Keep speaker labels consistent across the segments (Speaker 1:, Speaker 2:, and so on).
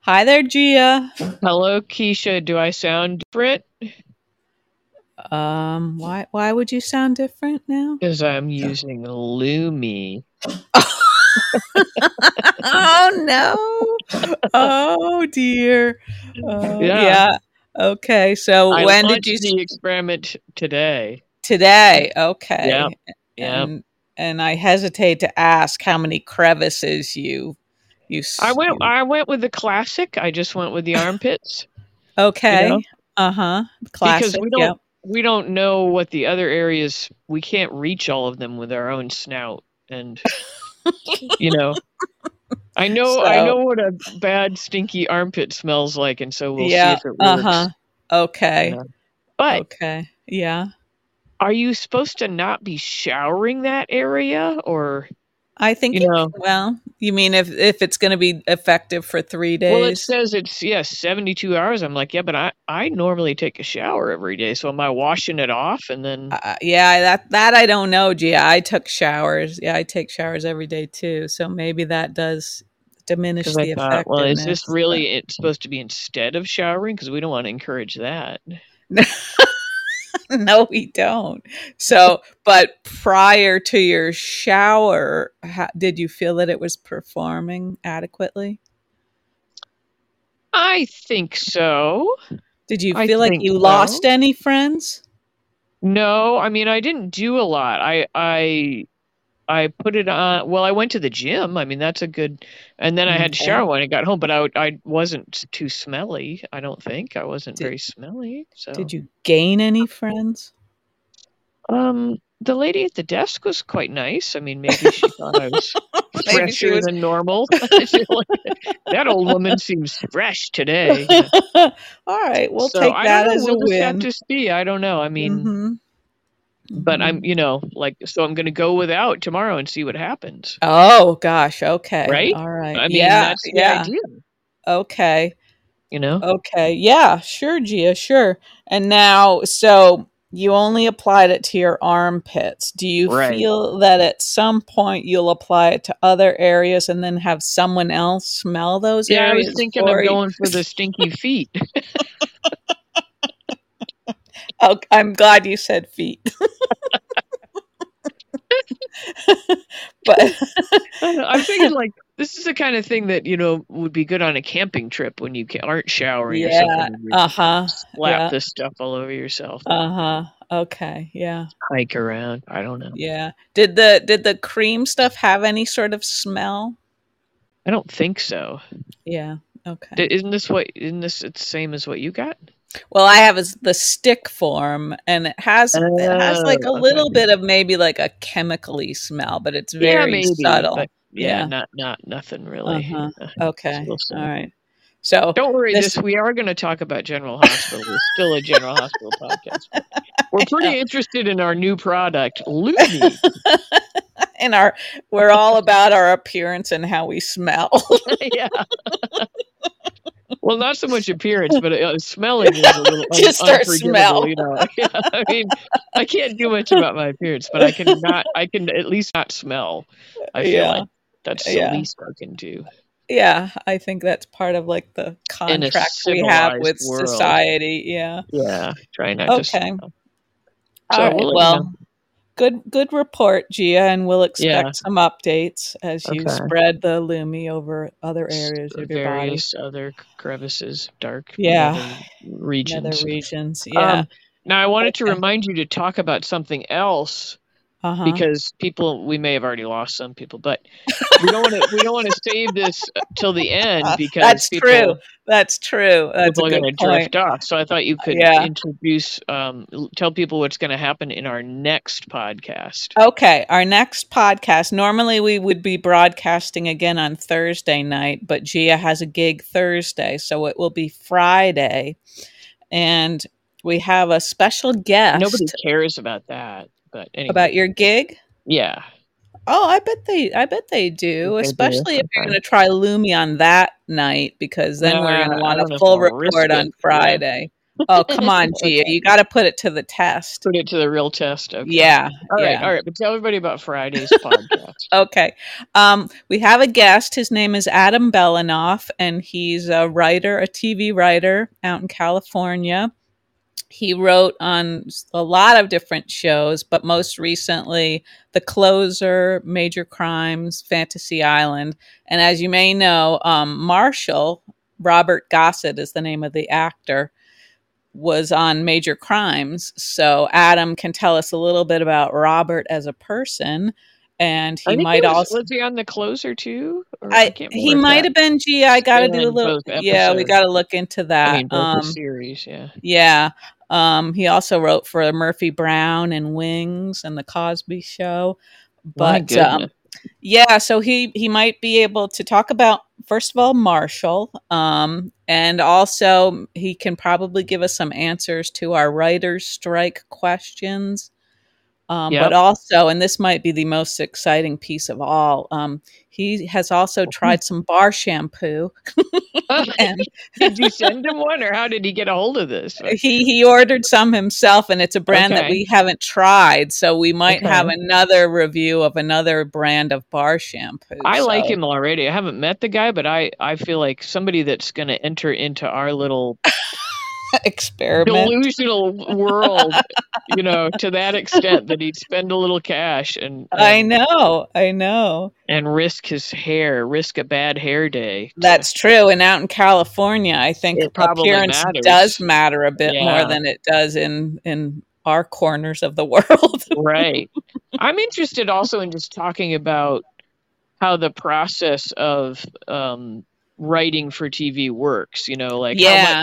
Speaker 1: Hi there, Gia.
Speaker 2: Hello, Keisha. Do I sound different?
Speaker 1: Um, why why would you sound different now?
Speaker 2: Because I'm using Lumi.
Speaker 1: oh no. Oh dear. Oh,
Speaker 2: Yeah.
Speaker 1: yeah. Okay. So
Speaker 2: I
Speaker 1: when
Speaker 2: launched
Speaker 1: did you
Speaker 2: the experiment today?
Speaker 1: today? Okay.
Speaker 2: Yeah, Yeah,
Speaker 1: And and I hesitate to ask how many crevices you you s-
Speaker 2: I went.
Speaker 1: you-
Speaker 2: I went with the classic. I just went with the armpits
Speaker 1: Okay.
Speaker 2: know?
Speaker 1: Uh-huh.
Speaker 2: because
Speaker 1: Classic.
Speaker 2: we
Speaker 1: Yep.
Speaker 2: don't we don't know what the other areas. We can't reach all of them with our own snout, and you know, I know. I
Speaker 1: So-
Speaker 2: know what a bad stinky armpit smells like, and so we'll
Speaker 1: yeah.
Speaker 2: see if it works.
Speaker 1: Uh-huh. Oh. Okay.
Speaker 2: Yeah. But
Speaker 1: Okay. Yeah.
Speaker 2: are you supposed to not be showering that area or
Speaker 1: I think
Speaker 2: you
Speaker 1: you-
Speaker 2: know
Speaker 1: well, you mean if if it's going to be effective for 3 days.
Speaker 2: well it says it's yes 72 hours i'm like yeah but i i normally take a shower every day so am i washing it off and then
Speaker 1: Uh, yeah, that that I don't know, Gia. I took showers. Yeah, I take showers every day too. So maybe that does diminish
Speaker 2: because
Speaker 1: the
Speaker 2: i thought
Speaker 1: effectiveness.
Speaker 2: well is this
Speaker 1: but-
Speaker 2: really it's supposed to be instead of showering because we don't want to encourage that
Speaker 1: no, we don't. So, but prior to your shower, how, did you feel that it was performing adequately?
Speaker 2: i think so
Speaker 1: Did you
Speaker 2: I
Speaker 1: feel like
Speaker 2: think
Speaker 1: you
Speaker 2: so.
Speaker 1: lost any friends?
Speaker 2: no i mean i didn't do a lot i i I put it on. Well, I went to the gym. I mean, that's a good. And then I had to
Speaker 1: Okay.
Speaker 2: shower when I got home, but I I wasn't too smelly. I don't think I wasn't
Speaker 1: Did-
Speaker 2: very smelly. So
Speaker 1: Did you gain any friends?
Speaker 2: Um, the lady at the desk was quite nice. I mean, maybe she thought I was
Speaker 1: Maybe she
Speaker 2: fresher
Speaker 1: was
Speaker 2: than normal. She's like, that old woman seems fresh today. you know.
Speaker 1: All right, we'll
Speaker 2: so
Speaker 1: take
Speaker 2: I
Speaker 1: that
Speaker 2: don't know.
Speaker 1: as a
Speaker 2: We'll just have
Speaker 1: win.
Speaker 2: to see. I don't know. I mean,
Speaker 1: Mhm.
Speaker 2: but
Speaker 1: Mhm.
Speaker 2: I'm you know like so I'm going to go without tomorrow and see what happens.
Speaker 1: Oh gosh. Okay.
Speaker 2: Right?
Speaker 1: All right.
Speaker 2: I mean,
Speaker 1: yeah.
Speaker 2: that's the
Speaker 1: Yeah. Oh,
Speaker 2: idea.
Speaker 1: Okay.
Speaker 2: You know.
Speaker 1: Okay. Yeah. Sure, Gia. Sure. And now, so you only applied it to your armpits. Do you
Speaker 2: Right.
Speaker 1: feel that at some point you'll apply it to other areas and then have someone else smell those
Speaker 2: Yeah, I
Speaker 1: areas?
Speaker 2: was thinking of
Speaker 1: for you?
Speaker 2: going for the stinky feet.
Speaker 1: Oh, I'm glad you said feet. but
Speaker 2: I don't know, I'm thinking like this is the kind of thing that you know would be good on a camping trip when you ca- aren't showering or
Speaker 1: yeah.
Speaker 2: something. and you
Speaker 1: Uh huh.
Speaker 2: Slap
Speaker 1: Yeah.
Speaker 2: this stuff all over yourself. and
Speaker 1: Uh huh. Okay. Yeah.
Speaker 2: Hike around. I don't know.
Speaker 1: Yeah. Did the did the cream stuff have any sort of smell?
Speaker 2: I don't think so.
Speaker 1: Yeah. Okay.
Speaker 2: D- Isn't this what? Isn't this it's same as what you got?
Speaker 1: well, I have is the stick form, and it has it has like a
Speaker 2: Oh, okay.
Speaker 1: little bit of maybe like a chemically smell, but it's
Speaker 2: Yeah,
Speaker 1: very
Speaker 2: maybe,
Speaker 1: subtle.
Speaker 2: but yeah,
Speaker 1: Yeah.
Speaker 2: not not nothing really.
Speaker 1: Uh-huh.
Speaker 2: Uh, so
Speaker 1: Okay.
Speaker 2: we'll see.
Speaker 1: All right. So
Speaker 2: Don't worry,
Speaker 1: this
Speaker 2: this we are going to talk about General Hospital. It's still a General Hospital podcast. but We're pretty interested in our new product, Lumi.
Speaker 1: and our we're all about our appearance and how we smell.
Speaker 2: yeah. Well, not so much appearance, but uh, smelling is a little un-
Speaker 1: Just our
Speaker 2: unforgettable.
Speaker 1: smell.
Speaker 2: You know, yeah, I mean, I can't do much about my appearance, but I can not. I can at least not smell. I feel
Speaker 1: yeah.
Speaker 2: like that's
Speaker 1: Yeah.
Speaker 2: the least I can do
Speaker 1: Yeah, I think that's part of like the
Speaker 2: in a
Speaker 1: contract we have
Speaker 2: civilized
Speaker 1: with
Speaker 2: world.
Speaker 1: society. Yeah.
Speaker 2: Yeah, try not to.
Speaker 1: Okay.
Speaker 2: Smell.
Speaker 1: All
Speaker 2: So
Speaker 1: right.
Speaker 2: we'll let you know.
Speaker 1: Well, good good report, Gia, and we'll expect
Speaker 2: Yeah.
Speaker 1: some updates as you
Speaker 2: Okay.
Speaker 1: spread the Lumi over other
Speaker 2: s-
Speaker 1: areas of your body.
Speaker 2: various other c- crevices, dark
Speaker 1: Yeah.
Speaker 2: nether
Speaker 1: in
Speaker 2: regions.
Speaker 1: Other regions. Yeah.
Speaker 2: Um, now, I wanted to
Speaker 1: Okay.
Speaker 2: remind you to talk about something else
Speaker 1: uh-huh.
Speaker 2: because people we may have already lost some people, but we don't want to we don't want to save this uh, till the end
Speaker 1: Uh,
Speaker 2: because
Speaker 1: That's true.
Speaker 2: people
Speaker 1: That's true. That's
Speaker 2: people
Speaker 1: a
Speaker 2: are
Speaker 1: good
Speaker 2: going to drift
Speaker 1: point.
Speaker 2: off. So I thought you could
Speaker 1: Yeah.
Speaker 2: introduce um, l- tell people what's going to happen in our next podcast.
Speaker 1: Okay, our next podcast. Normally, we would be broadcasting again on Thursday night, but Gia has a gig Thursday, so it will be Friday. And we have a special
Speaker 2: Nobody
Speaker 1: guest
Speaker 2: cares about that, but anyway,
Speaker 1: about your gig.
Speaker 2: yeah,
Speaker 1: Oh, I bet they, I bet they do,
Speaker 2: they do
Speaker 1: especially if you're
Speaker 2: sometimes.
Speaker 1: going to try Lumi on that night, because then we're going to
Speaker 2: Nah, I
Speaker 1: want a
Speaker 2: don't know if
Speaker 1: full
Speaker 2: I'll risk
Speaker 1: report
Speaker 2: it.
Speaker 1: on
Speaker 2: Yeah.
Speaker 1: Friday. Oh, come on, Gia. You got to put it to the test.
Speaker 2: Put it to the real test. Okay.
Speaker 1: Yeah.
Speaker 2: All right.
Speaker 1: yeah.
Speaker 2: All right. But tell everybody about Friday's podcast.
Speaker 1: Okay. Um, we have a guest. His name is Adam Belanoff, and he's a writer, a TV writer out in California. He wrote on s- a lot of different shows, but most recently, The Closer, Major Crimes, Fantasy Island. And as you may know, um, Marshall, Robert Gossett is the name of the actor, was on Major Crimes. So Adam can tell us a little bit about Robert as a person. And
Speaker 2: I
Speaker 1: he
Speaker 2: think
Speaker 1: might
Speaker 2: was,
Speaker 1: also.
Speaker 2: Was he on the closer too? Or
Speaker 1: I,
Speaker 2: can't
Speaker 1: he
Speaker 2: remember if
Speaker 1: might
Speaker 2: that-
Speaker 1: have been Gee, I got to do a
Speaker 2: in
Speaker 1: little.
Speaker 2: both
Speaker 1: Yeah, we
Speaker 2: episodes.
Speaker 1: got to look into that.
Speaker 2: I mean, both the
Speaker 1: um,
Speaker 2: series. Yeah.
Speaker 1: yeah. Um, he also wrote for Murphy Brown and Wings and The Cosby Show.
Speaker 2: My
Speaker 1: But um,
Speaker 2: goodness.
Speaker 1: yeah, so he he might be able to talk about first of all Marshall, um, and also he can probably give us some answers to our writers' strike questions. Um,
Speaker 2: Yep.
Speaker 1: But also, and this might be the most exciting piece of all, um, he has also tried some bar shampoo. And Uh,
Speaker 2: did you send him one, or how did he get a hold of this?
Speaker 1: he he ordered some himself and it's a brand that
Speaker 2: Okay.
Speaker 1: we haven't tried so we might have
Speaker 2: Okay.
Speaker 1: another review of another brand of bar shampoo
Speaker 2: I like
Speaker 1: so-
Speaker 2: him already. I haven't met the guy, but I I feel like somebody that's going to enter into our little
Speaker 1: experiment
Speaker 2: delusional world, you know, to that extent that he'd spend a little cash and
Speaker 1: i
Speaker 2: and,
Speaker 1: know i know
Speaker 2: and risk his hair, risk a bad hair day. to-
Speaker 1: that's true and out in california i think
Speaker 2: It probably
Speaker 1: appearance
Speaker 2: matters.
Speaker 1: does matter a bit
Speaker 2: Yeah.
Speaker 1: more than it does in in our corners of the world
Speaker 2: right. I'm interested also in just talking about how the process of um, writing for TV works. You know, like how, much,
Speaker 1: yeah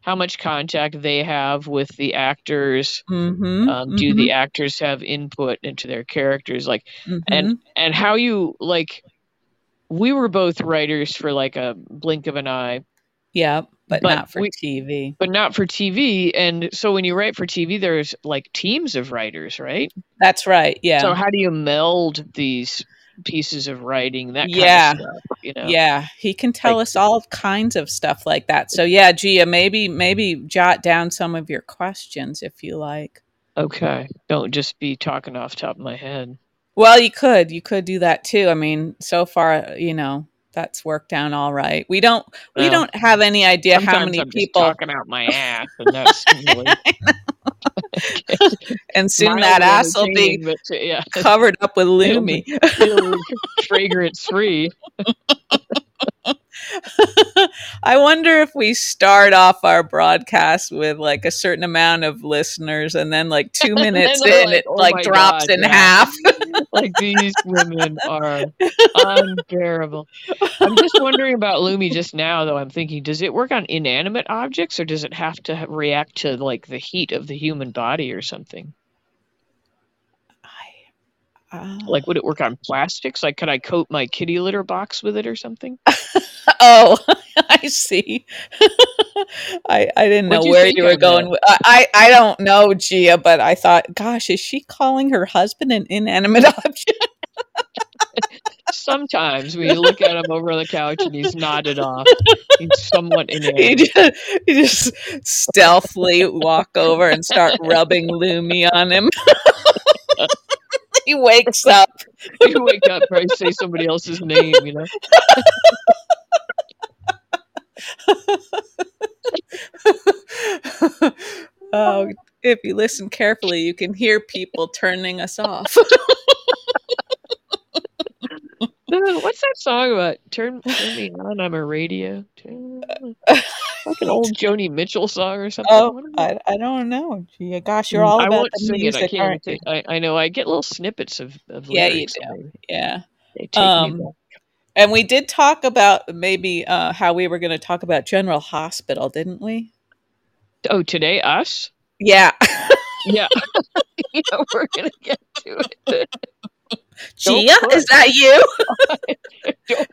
Speaker 2: how much contact they have with the actors.
Speaker 1: mm-hmm,
Speaker 2: Um, Do the actors have input into their characters? Like,
Speaker 1: mm-hmm.
Speaker 2: and and how you like. We were both writers for like a blink of an eye,
Speaker 1: yeah but,
Speaker 2: but
Speaker 1: not for
Speaker 2: we-
Speaker 1: tv
Speaker 2: but not for TV. And so when you write for TV, there's like teams of writers, right?
Speaker 1: that's right yeah
Speaker 2: So how do you meld these pieces of writing? That kind
Speaker 1: Yeah.
Speaker 2: of stuff, you know.
Speaker 1: Yeah, he can tell
Speaker 2: Like-
Speaker 1: us all kinds of stuff like that. So yeah, Gia, maybe maybe jot down some of your questions if you like.
Speaker 2: Okay. Don't just be talking off the top of my head.
Speaker 1: Well, you could you could do that too. I mean, so far, you know, that's worked down all right. We don't we
Speaker 2: Well,
Speaker 1: don't have any idea how
Speaker 2: Sometimes
Speaker 1: many
Speaker 2: I'm just
Speaker 1: people
Speaker 2: talking out my ass, and that's really
Speaker 1: and soon
Speaker 2: mildly
Speaker 1: that ass will be
Speaker 2: entertaining, but uh, yeah,
Speaker 1: covered up with Lumi.
Speaker 2: still fragrance free.
Speaker 1: I wonder if we start off our broadcast with like a certain amount of listeners and then like 2 minutes
Speaker 2: they're
Speaker 1: in
Speaker 2: like,
Speaker 1: it
Speaker 2: "Oh my
Speaker 1: like drops
Speaker 2: God,
Speaker 1: in
Speaker 2: yeah."
Speaker 1: half.
Speaker 2: Like these women are unbearable. I'm just wondering about Lumi just now, though. I'm thinking, does it work on inanimate objects, or does it have to ha- react to like the heat of the human body or something?
Speaker 1: I, uh,
Speaker 2: Like, would it work on plastics? Like, could I coat my kitty litter box with it or something?
Speaker 1: Oh, I see. I I didn't know
Speaker 2: What'd you
Speaker 1: where
Speaker 2: think
Speaker 1: you were
Speaker 2: on
Speaker 1: going.
Speaker 2: that?
Speaker 1: With, I I I don't know Gia, but I thought, gosh, is she calling her husband an inanimate object?
Speaker 2: Sometimes when you look at him over on the couch and he's nodded off, he's somewhat
Speaker 1: you,
Speaker 2: inanimate.
Speaker 1: just, you just stealthily walk over and start rubbing Lumi on him. he wakes up.
Speaker 2: You wake up, probably say somebody else's name, you know.
Speaker 1: oh, if you listen carefully, you can hear people turning us off.
Speaker 2: Uh, What's that song about? Turn, turn me on, I'm a radio. Turn, me on. like an old Joni Mitchell song or something.
Speaker 1: Oh,
Speaker 2: What am
Speaker 1: I, I don't know. Gee, gosh, you're
Speaker 2: Mm,
Speaker 1: all
Speaker 2: I
Speaker 1: about
Speaker 2: won't
Speaker 1: the
Speaker 2: sing it. I
Speaker 1: music,
Speaker 2: can't.
Speaker 1: aren't
Speaker 2: even
Speaker 1: you?
Speaker 2: think- I, I know. I get little snippets of, of
Speaker 1: Yeah, you
Speaker 2: lyrics.
Speaker 1: do.
Speaker 2: and
Speaker 1: Yeah.
Speaker 2: They, they take
Speaker 1: Um,
Speaker 2: me back.
Speaker 1: and we did talk about maybe uh, how we were going to talk about General Hospital, didn't we?
Speaker 2: Oh, today us?
Speaker 1: Yeah.
Speaker 2: Yeah. yeah, we're gonna get to it. Don't
Speaker 1: Gia,
Speaker 2: push.
Speaker 1: is that you?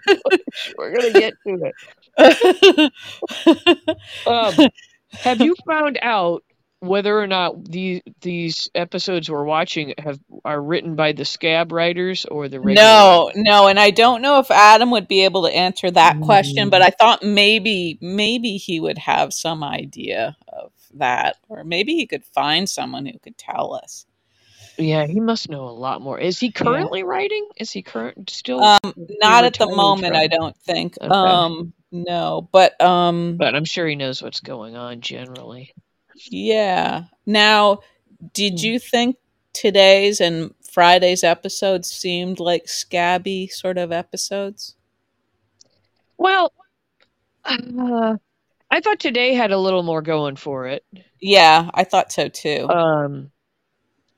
Speaker 2: We're gonna get to it. Um, have you found out whether or not these these episodes we're watching have are written by the scab writers or the regular
Speaker 1: No, no, and I don't know if Adam would be able to answer that question, but I thought maybe maybe he would have some idea of that, or maybe he could find someone who could tell us.
Speaker 2: Yeah, he must know a lot more. Is he currently writing? Is he current still?
Speaker 1: Um, not at the
Speaker 2: retired
Speaker 1: moment,
Speaker 2: from-
Speaker 1: I don't think.
Speaker 2: Okay.
Speaker 1: Um, no, but um,
Speaker 2: but I'm sure he knows what's going on generally.
Speaker 1: yeah. Now, did
Speaker 2: Hmm.
Speaker 1: you think today's and Friday's episodes seemed like scabby sort of episodes?
Speaker 2: Well, uh, I thought today had a little more going for it.
Speaker 1: Yeah, I thought so too.
Speaker 2: Um,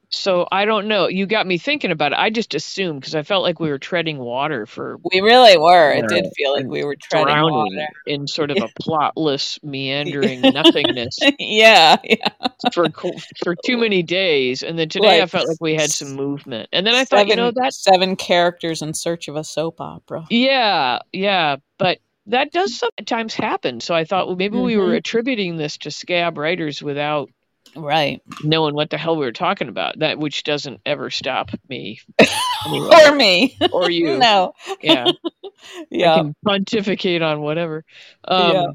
Speaker 2: so I don't know. You got me thinking about it. I just assumed because I felt like we were treading water for
Speaker 1: We really were. It did
Speaker 2: Yeah,
Speaker 1: feel like
Speaker 2: and
Speaker 1: we were treading
Speaker 2: drowning
Speaker 1: water.
Speaker 2: in sort of a plotless, meandering nothingness
Speaker 1: yeah, yeah.
Speaker 2: for co- for too many days. And then today I
Speaker 1: Like
Speaker 2: felt like we had some movement. And then I thought, you know,
Speaker 1: Seven-
Speaker 2: that
Speaker 1: seven characters in search of a soap opera.
Speaker 2: Yeah, yeah, but that does sometimes happen. So I thought well, maybe we were
Speaker 1: Mhm.
Speaker 2: attributing this to scab writers without
Speaker 1: Right.
Speaker 2: knowing what the hell we were talking about. That which doesn't ever stop me
Speaker 1: Or
Speaker 2: anyway,
Speaker 1: me.
Speaker 2: or you.
Speaker 1: no.
Speaker 2: Yeah, I
Speaker 1: Yeah.
Speaker 2: can pontificate on whatever. Um,
Speaker 1: Yeah.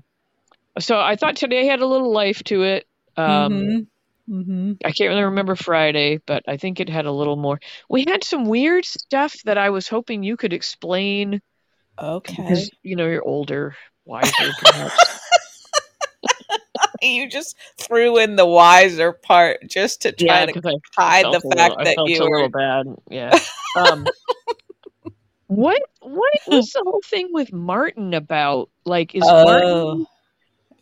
Speaker 2: So I thought today had a little life to it. Um,
Speaker 1: hmm hmm
Speaker 2: I can't really remember Friday, but I think it had a little more. We had some weird stuff that I was hoping you could explain.
Speaker 1: Okay.
Speaker 2: because you know you're older, wiser, perhaps.
Speaker 1: you just threw in the wiser part just to try to
Speaker 2: yeah, because I
Speaker 1: hide
Speaker 2: felt
Speaker 1: the
Speaker 2: a little-
Speaker 1: fact
Speaker 2: I
Speaker 1: that
Speaker 2: felt
Speaker 1: you
Speaker 2: a
Speaker 1: were.
Speaker 2: little bad. Yeah. Um, what what was the whole thing with Martin about? Like, is Martin
Speaker 1: oh.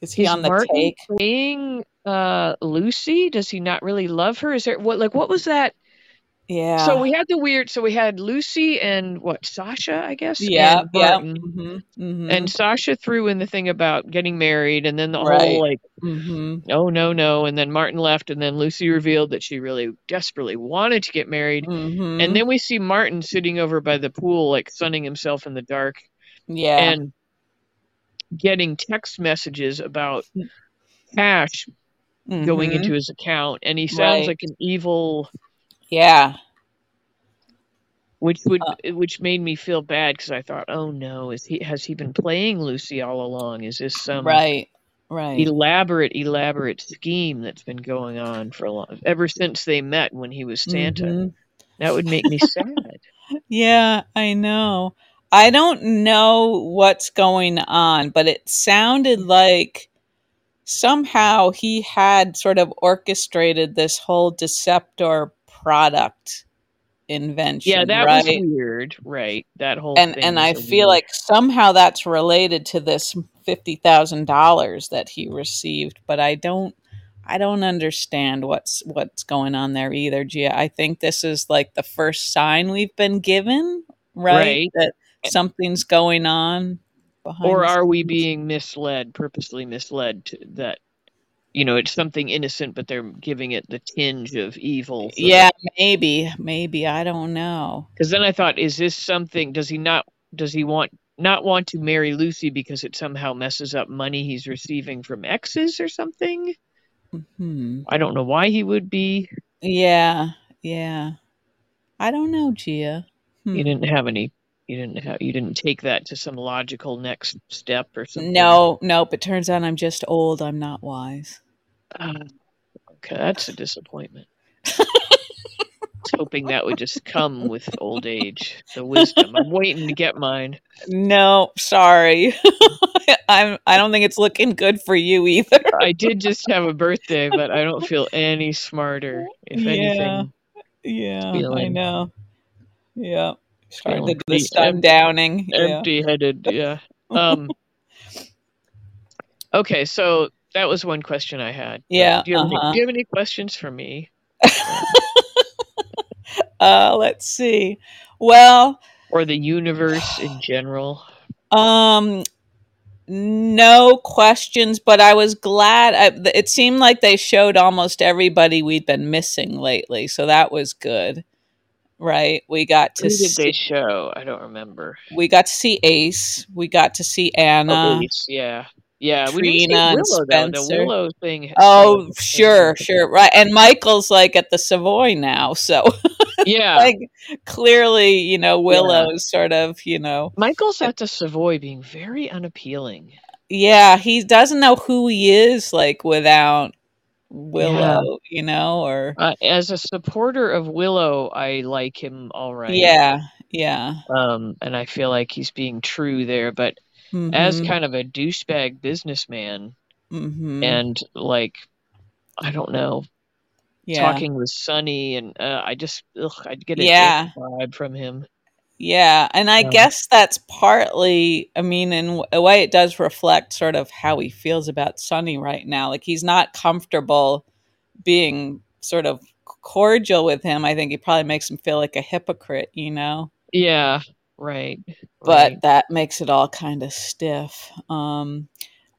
Speaker 1: Is he
Speaker 2: is
Speaker 1: on the
Speaker 2: Martin
Speaker 1: take?
Speaker 2: playing uh, Lucy? Does he not really love her? Is there what like what was that?
Speaker 1: Yeah.
Speaker 2: So we had the weird. So we had Lucy and what Sasha, I guess.
Speaker 1: yeah.
Speaker 2: and
Speaker 1: Yeah.
Speaker 2: Martin.
Speaker 1: hmm hmm
Speaker 2: And Sasha threw in the thing about getting married, and then the
Speaker 1: Right.
Speaker 2: whole like
Speaker 1: hmm
Speaker 2: oh no no and then martin left and then lucy revealed that she really desperately wanted to get married
Speaker 1: hmm
Speaker 2: and then we see martin sitting over by the pool like sunning himself in the dark
Speaker 1: yeah.
Speaker 2: and getting text messages about cash going
Speaker 1: Mhm.
Speaker 2: into his account and he
Speaker 1: Right.
Speaker 2: sounds like an evil
Speaker 1: yeah
Speaker 2: which would
Speaker 1: Uh.
Speaker 2: which made me feel bad because i thought oh no is he has he been playing lucy all along is this some
Speaker 1: right right
Speaker 2: elaborate elaborate scheme that's been going on for a long ever since they met when he was santa
Speaker 1: Mhm.
Speaker 2: That would make me sad.
Speaker 1: yeah i know i don't know what's going on but it sounded like somehow he had sort of orchestrated this whole deceptor product invention
Speaker 2: yeah, that
Speaker 1: right
Speaker 2: was weird, right? That whole
Speaker 1: and
Speaker 2: thing
Speaker 1: and
Speaker 2: was
Speaker 1: i
Speaker 2: a
Speaker 1: feel
Speaker 2: weird-
Speaker 1: like somehow that's related to this $50,000 that he received but i don't i don't understand what's what's going on there either gia i think this is like the first sign we've been given right,
Speaker 2: Right.
Speaker 1: that something's going on behind
Speaker 2: or
Speaker 1: the
Speaker 2: are we
Speaker 1: scenes.
Speaker 2: being misled, purposely misled to that? You know, it's something innocent, but they're giving it the tinge of evil.
Speaker 1: yeah maybe maybe i don't know
Speaker 2: because then I thought, is this something? Does he not? Does he want not want to marry Lucy because it somehow messes up money he's receiving from exes or something?
Speaker 1: hmm
Speaker 2: I don't know why he would be.
Speaker 1: yeah yeah i don't know gia Hmm.
Speaker 2: You didn't have any. You didn't have. You didn't take that to some logical next step or something.
Speaker 1: no nope it turns out i'm just old i'm not wise
Speaker 2: Ah, okay, that's a disappointment. I was hoping that would just come with old age, the wisdom. I'm waiting to get mine.
Speaker 1: No, sorry. I'm I don't think it's looking good for you either.
Speaker 2: I did just have a birthday, but I don't feel any smarter. If
Speaker 1: Yeah,
Speaker 2: anything,
Speaker 1: Yeah, I
Speaker 2: Feeling-
Speaker 1: know. Yeah. Starting to
Speaker 2: feeling
Speaker 1: do the
Speaker 2: pretty em-
Speaker 1: sundowning. Yeah.
Speaker 2: empty-headed. Yeah. Um. Okay, so that was one question I had.
Speaker 1: Yeah.
Speaker 2: Do you have, any,
Speaker 1: uh-huh.
Speaker 2: do you have any questions for me,
Speaker 1: Uh let's see. Well,
Speaker 2: or the universe in general?
Speaker 1: um no questions, but I was glad I, th- it seemed like they showed almost everybody we'd been missing lately, so that was good. Right? We got to
Speaker 2: Who did
Speaker 1: see
Speaker 2: they show? I don't remember. Oh,
Speaker 1: we got to see Ace, we got to see Anna.
Speaker 2: Elise, yeah. Yeah, we didn't see
Speaker 1: Trina and
Speaker 2: Willow, though. The
Speaker 1: Spencer.
Speaker 2: Willow thing.
Speaker 1: Oh, sure, sure, right. And Michael's like at the Savoy now, so
Speaker 2: Yeah,
Speaker 1: like clearly, you know, Willow's sort of, you know,
Speaker 2: Michael's at the Savoy being very unappealing.
Speaker 1: yeah, he doesn't know who he is like without Willow, you know, or
Speaker 2: Uh, as a supporter of Willow, I like him all right.
Speaker 1: yeah, yeah.
Speaker 2: Um, and I feel like he's being true there, but as
Speaker 1: Mhm,
Speaker 2: kind of a douchebag businessman
Speaker 1: mhm,
Speaker 2: and like I don't know,
Speaker 1: yeah.
Speaker 2: talking with Sonny and uh, I just ugh, I'd get a dick
Speaker 1: Yeah.
Speaker 2: vibe from him.
Speaker 1: Yeah, and I
Speaker 2: Yeah.
Speaker 1: guess that's partly, I mean, in a way, it does reflect sort of how he feels about Sonny right now. Like, he's not comfortable being sort of cordial with him. I think he probably makes him feel like a hypocrite, you know?
Speaker 2: Yeah, right.
Speaker 1: But
Speaker 2: right.
Speaker 1: that makes it all kind of stiff. Um,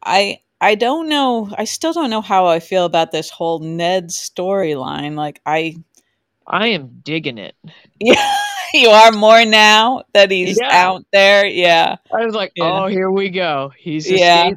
Speaker 1: I. I don't know. I still don't know how I feel about this whole Ned storyline. Like I,
Speaker 2: I am digging it.
Speaker 1: yeah, you are more now that he's
Speaker 2: Yeah.
Speaker 1: out there. Yeah,
Speaker 2: I was like,
Speaker 1: Yeah.
Speaker 2: oh, here we go. He's
Speaker 1: Yeah.
Speaker 2: yeah.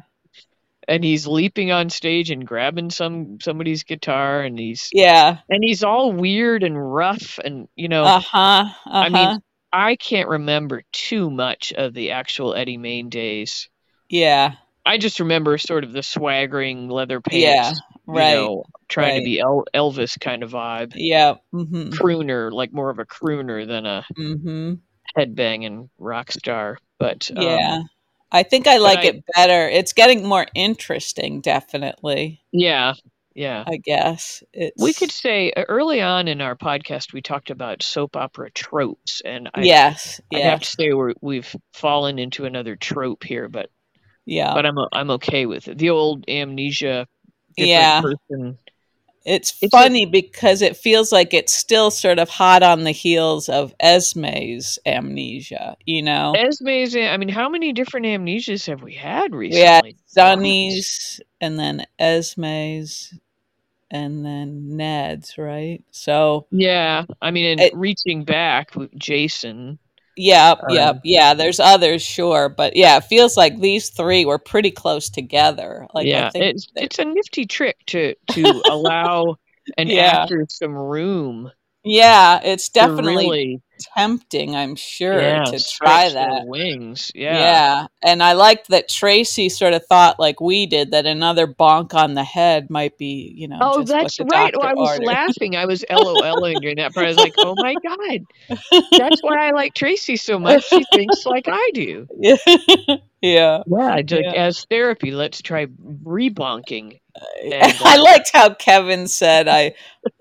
Speaker 2: And he's leaping on stage and grabbing some somebody's guitar, and he's
Speaker 1: yeah.
Speaker 2: and he's all weird and rough, and you know,
Speaker 1: Uh huh. Uh-huh.
Speaker 2: I mean, I can't remember too much of the actual Eddie Main days.
Speaker 1: yeah,
Speaker 2: I just remember sort of the swaggering leather
Speaker 1: Yeah,
Speaker 2: pants, you
Speaker 1: right.
Speaker 2: know, trying
Speaker 1: right.
Speaker 2: to be El- Elvis kind of vibe,
Speaker 1: yeah. Mm-hmm.
Speaker 2: crooner, like more of a crooner than a Um,
Speaker 1: Mm-hmm.
Speaker 2: headbanging rock star. But um,
Speaker 1: Yeah. I think I like
Speaker 2: I-
Speaker 1: it better. It's getting more interesting, definitely.
Speaker 2: yeah, yeah.
Speaker 1: I guess it's
Speaker 2: We could say uh, early on in our podcast we talked about soap opera tropes, and I,
Speaker 1: yes,
Speaker 2: I'd
Speaker 1: yeah,
Speaker 2: have to say we're, we've fallen into another trope here, but
Speaker 1: yeah,
Speaker 2: but I'm o- I'm okay with it. The old amnesia, different
Speaker 1: Yeah.
Speaker 2: person.
Speaker 1: It's,
Speaker 2: it's a-
Speaker 1: funny because it feels like it's still sort of hot on the heels of Esme's amnesia. You know,
Speaker 2: Esme's. I mean, how many different amnesias have we had recently?
Speaker 1: had
Speaker 2: Lots.
Speaker 1: Sonny's and then Esme's and then Ned's, right? So
Speaker 2: Yeah, I mean, and
Speaker 1: It-
Speaker 2: reaching back, with Jason.
Speaker 1: Yep, yep,
Speaker 2: Um,
Speaker 1: yeah. There's others, sure, but yeah, it feels like these three were pretty close together. Like
Speaker 2: yeah,
Speaker 1: I think
Speaker 2: it's
Speaker 1: they-
Speaker 2: it's a nifty trick to to allow an
Speaker 1: Yeah.
Speaker 2: actor some room.
Speaker 1: yeah, it's
Speaker 2: to
Speaker 1: definitely
Speaker 2: really
Speaker 1: tempting. I'm sure
Speaker 2: yeah,
Speaker 1: to try
Speaker 2: stretch their
Speaker 1: that.
Speaker 2: wings.
Speaker 1: Yeah.
Speaker 2: Yeah.
Speaker 1: and I liked that Tracy sort of thought like we did that another bonk on the head might be, you know,
Speaker 2: Oh,
Speaker 1: just
Speaker 2: that's
Speaker 1: what the
Speaker 2: right. Oh,
Speaker 1: doctor
Speaker 2: I was
Speaker 1: ordered.
Speaker 2: laughing. I was LOLing during that part. I was like, "Oh my god, that's why I like Tracy so much. She thinks like I do."
Speaker 1: yeah,
Speaker 2: Yeah, I took-
Speaker 1: Yeah.
Speaker 2: as therapy. Let's try rebonking. And,
Speaker 1: I
Speaker 2: uh,
Speaker 1: liked how Kevin said, "I,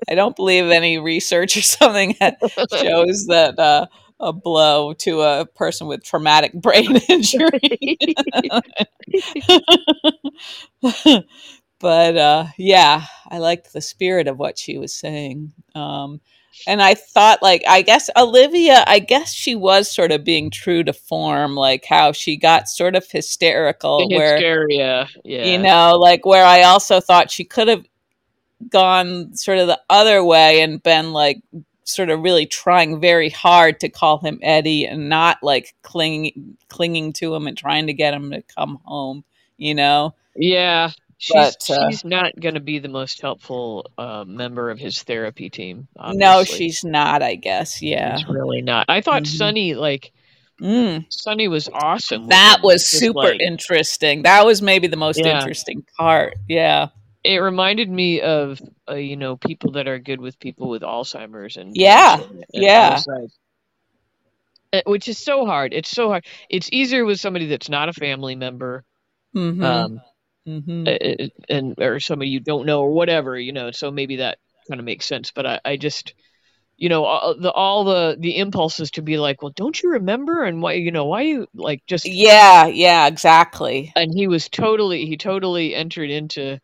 Speaker 1: I don't believe any research or something that shows that uh, a blow to a person with traumatic brain injury." but uh, yeah, I liked the spirit of what she was saying. Um, and I thought, like, I guess Olivia, I guess she was sort of being true to form, like how she got sort of hysterical, where
Speaker 2: hysteria. uh, Yeah.
Speaker 1: you know, like where I also thought she could have gone sort of the other way and been like sort of really trying very hard to call him Eddie and not like clinging clinging to him and trying to get him to come home, you know.
Speaker 2: Yeah. She's
Speaker 1: But, uh,
Speaker 2: she's not going to be the most helpful uh, member of his therapy team.
Speaker 1: No,
Speaker 2: obviously.
Speaker 1: she's not, I guess. Yeah.
Speaker 2: She's really not. I thought
Speaker 1: Mhm.
Speaker 2: Sunny like
Speaker 1: Mm.
Speaker 2: Sunny was awesome. with
Speaker 1: That
Speaker 2: him.
Speaker 1: was
Speaker 2: Just,
Speaker 1: super
Speaker 2: like,
Speaker 1: interesting. That was maybe the most
Speaker 2: Yeah.
Speaker 1: interesting part. Yeah.
Speaker 2: it reminded me of uh, you know people that are good with people with Alzheimer's and
Speaker 1: Yeah,
Speaker 2: dementia, and I
Speaker 1: yeah.
Speaker 2: was like- Uh, which is so hard. It's so hard. It's easier with somebody that's not a family member,
Speaker 1: Mhm.
Speaker 2: um,
Speaker 1: mhm.
Speaker 2: uh, uh, and or somebody you don't know or whatever you know. So maybe that kind of makes sense. But I, I just you know all the all the the impulses to be like, well, don't you remember? And why you know why you like just
Speaker 1: yeah, yeah, exactly.
Speaker 2: and he was totally he totally entered into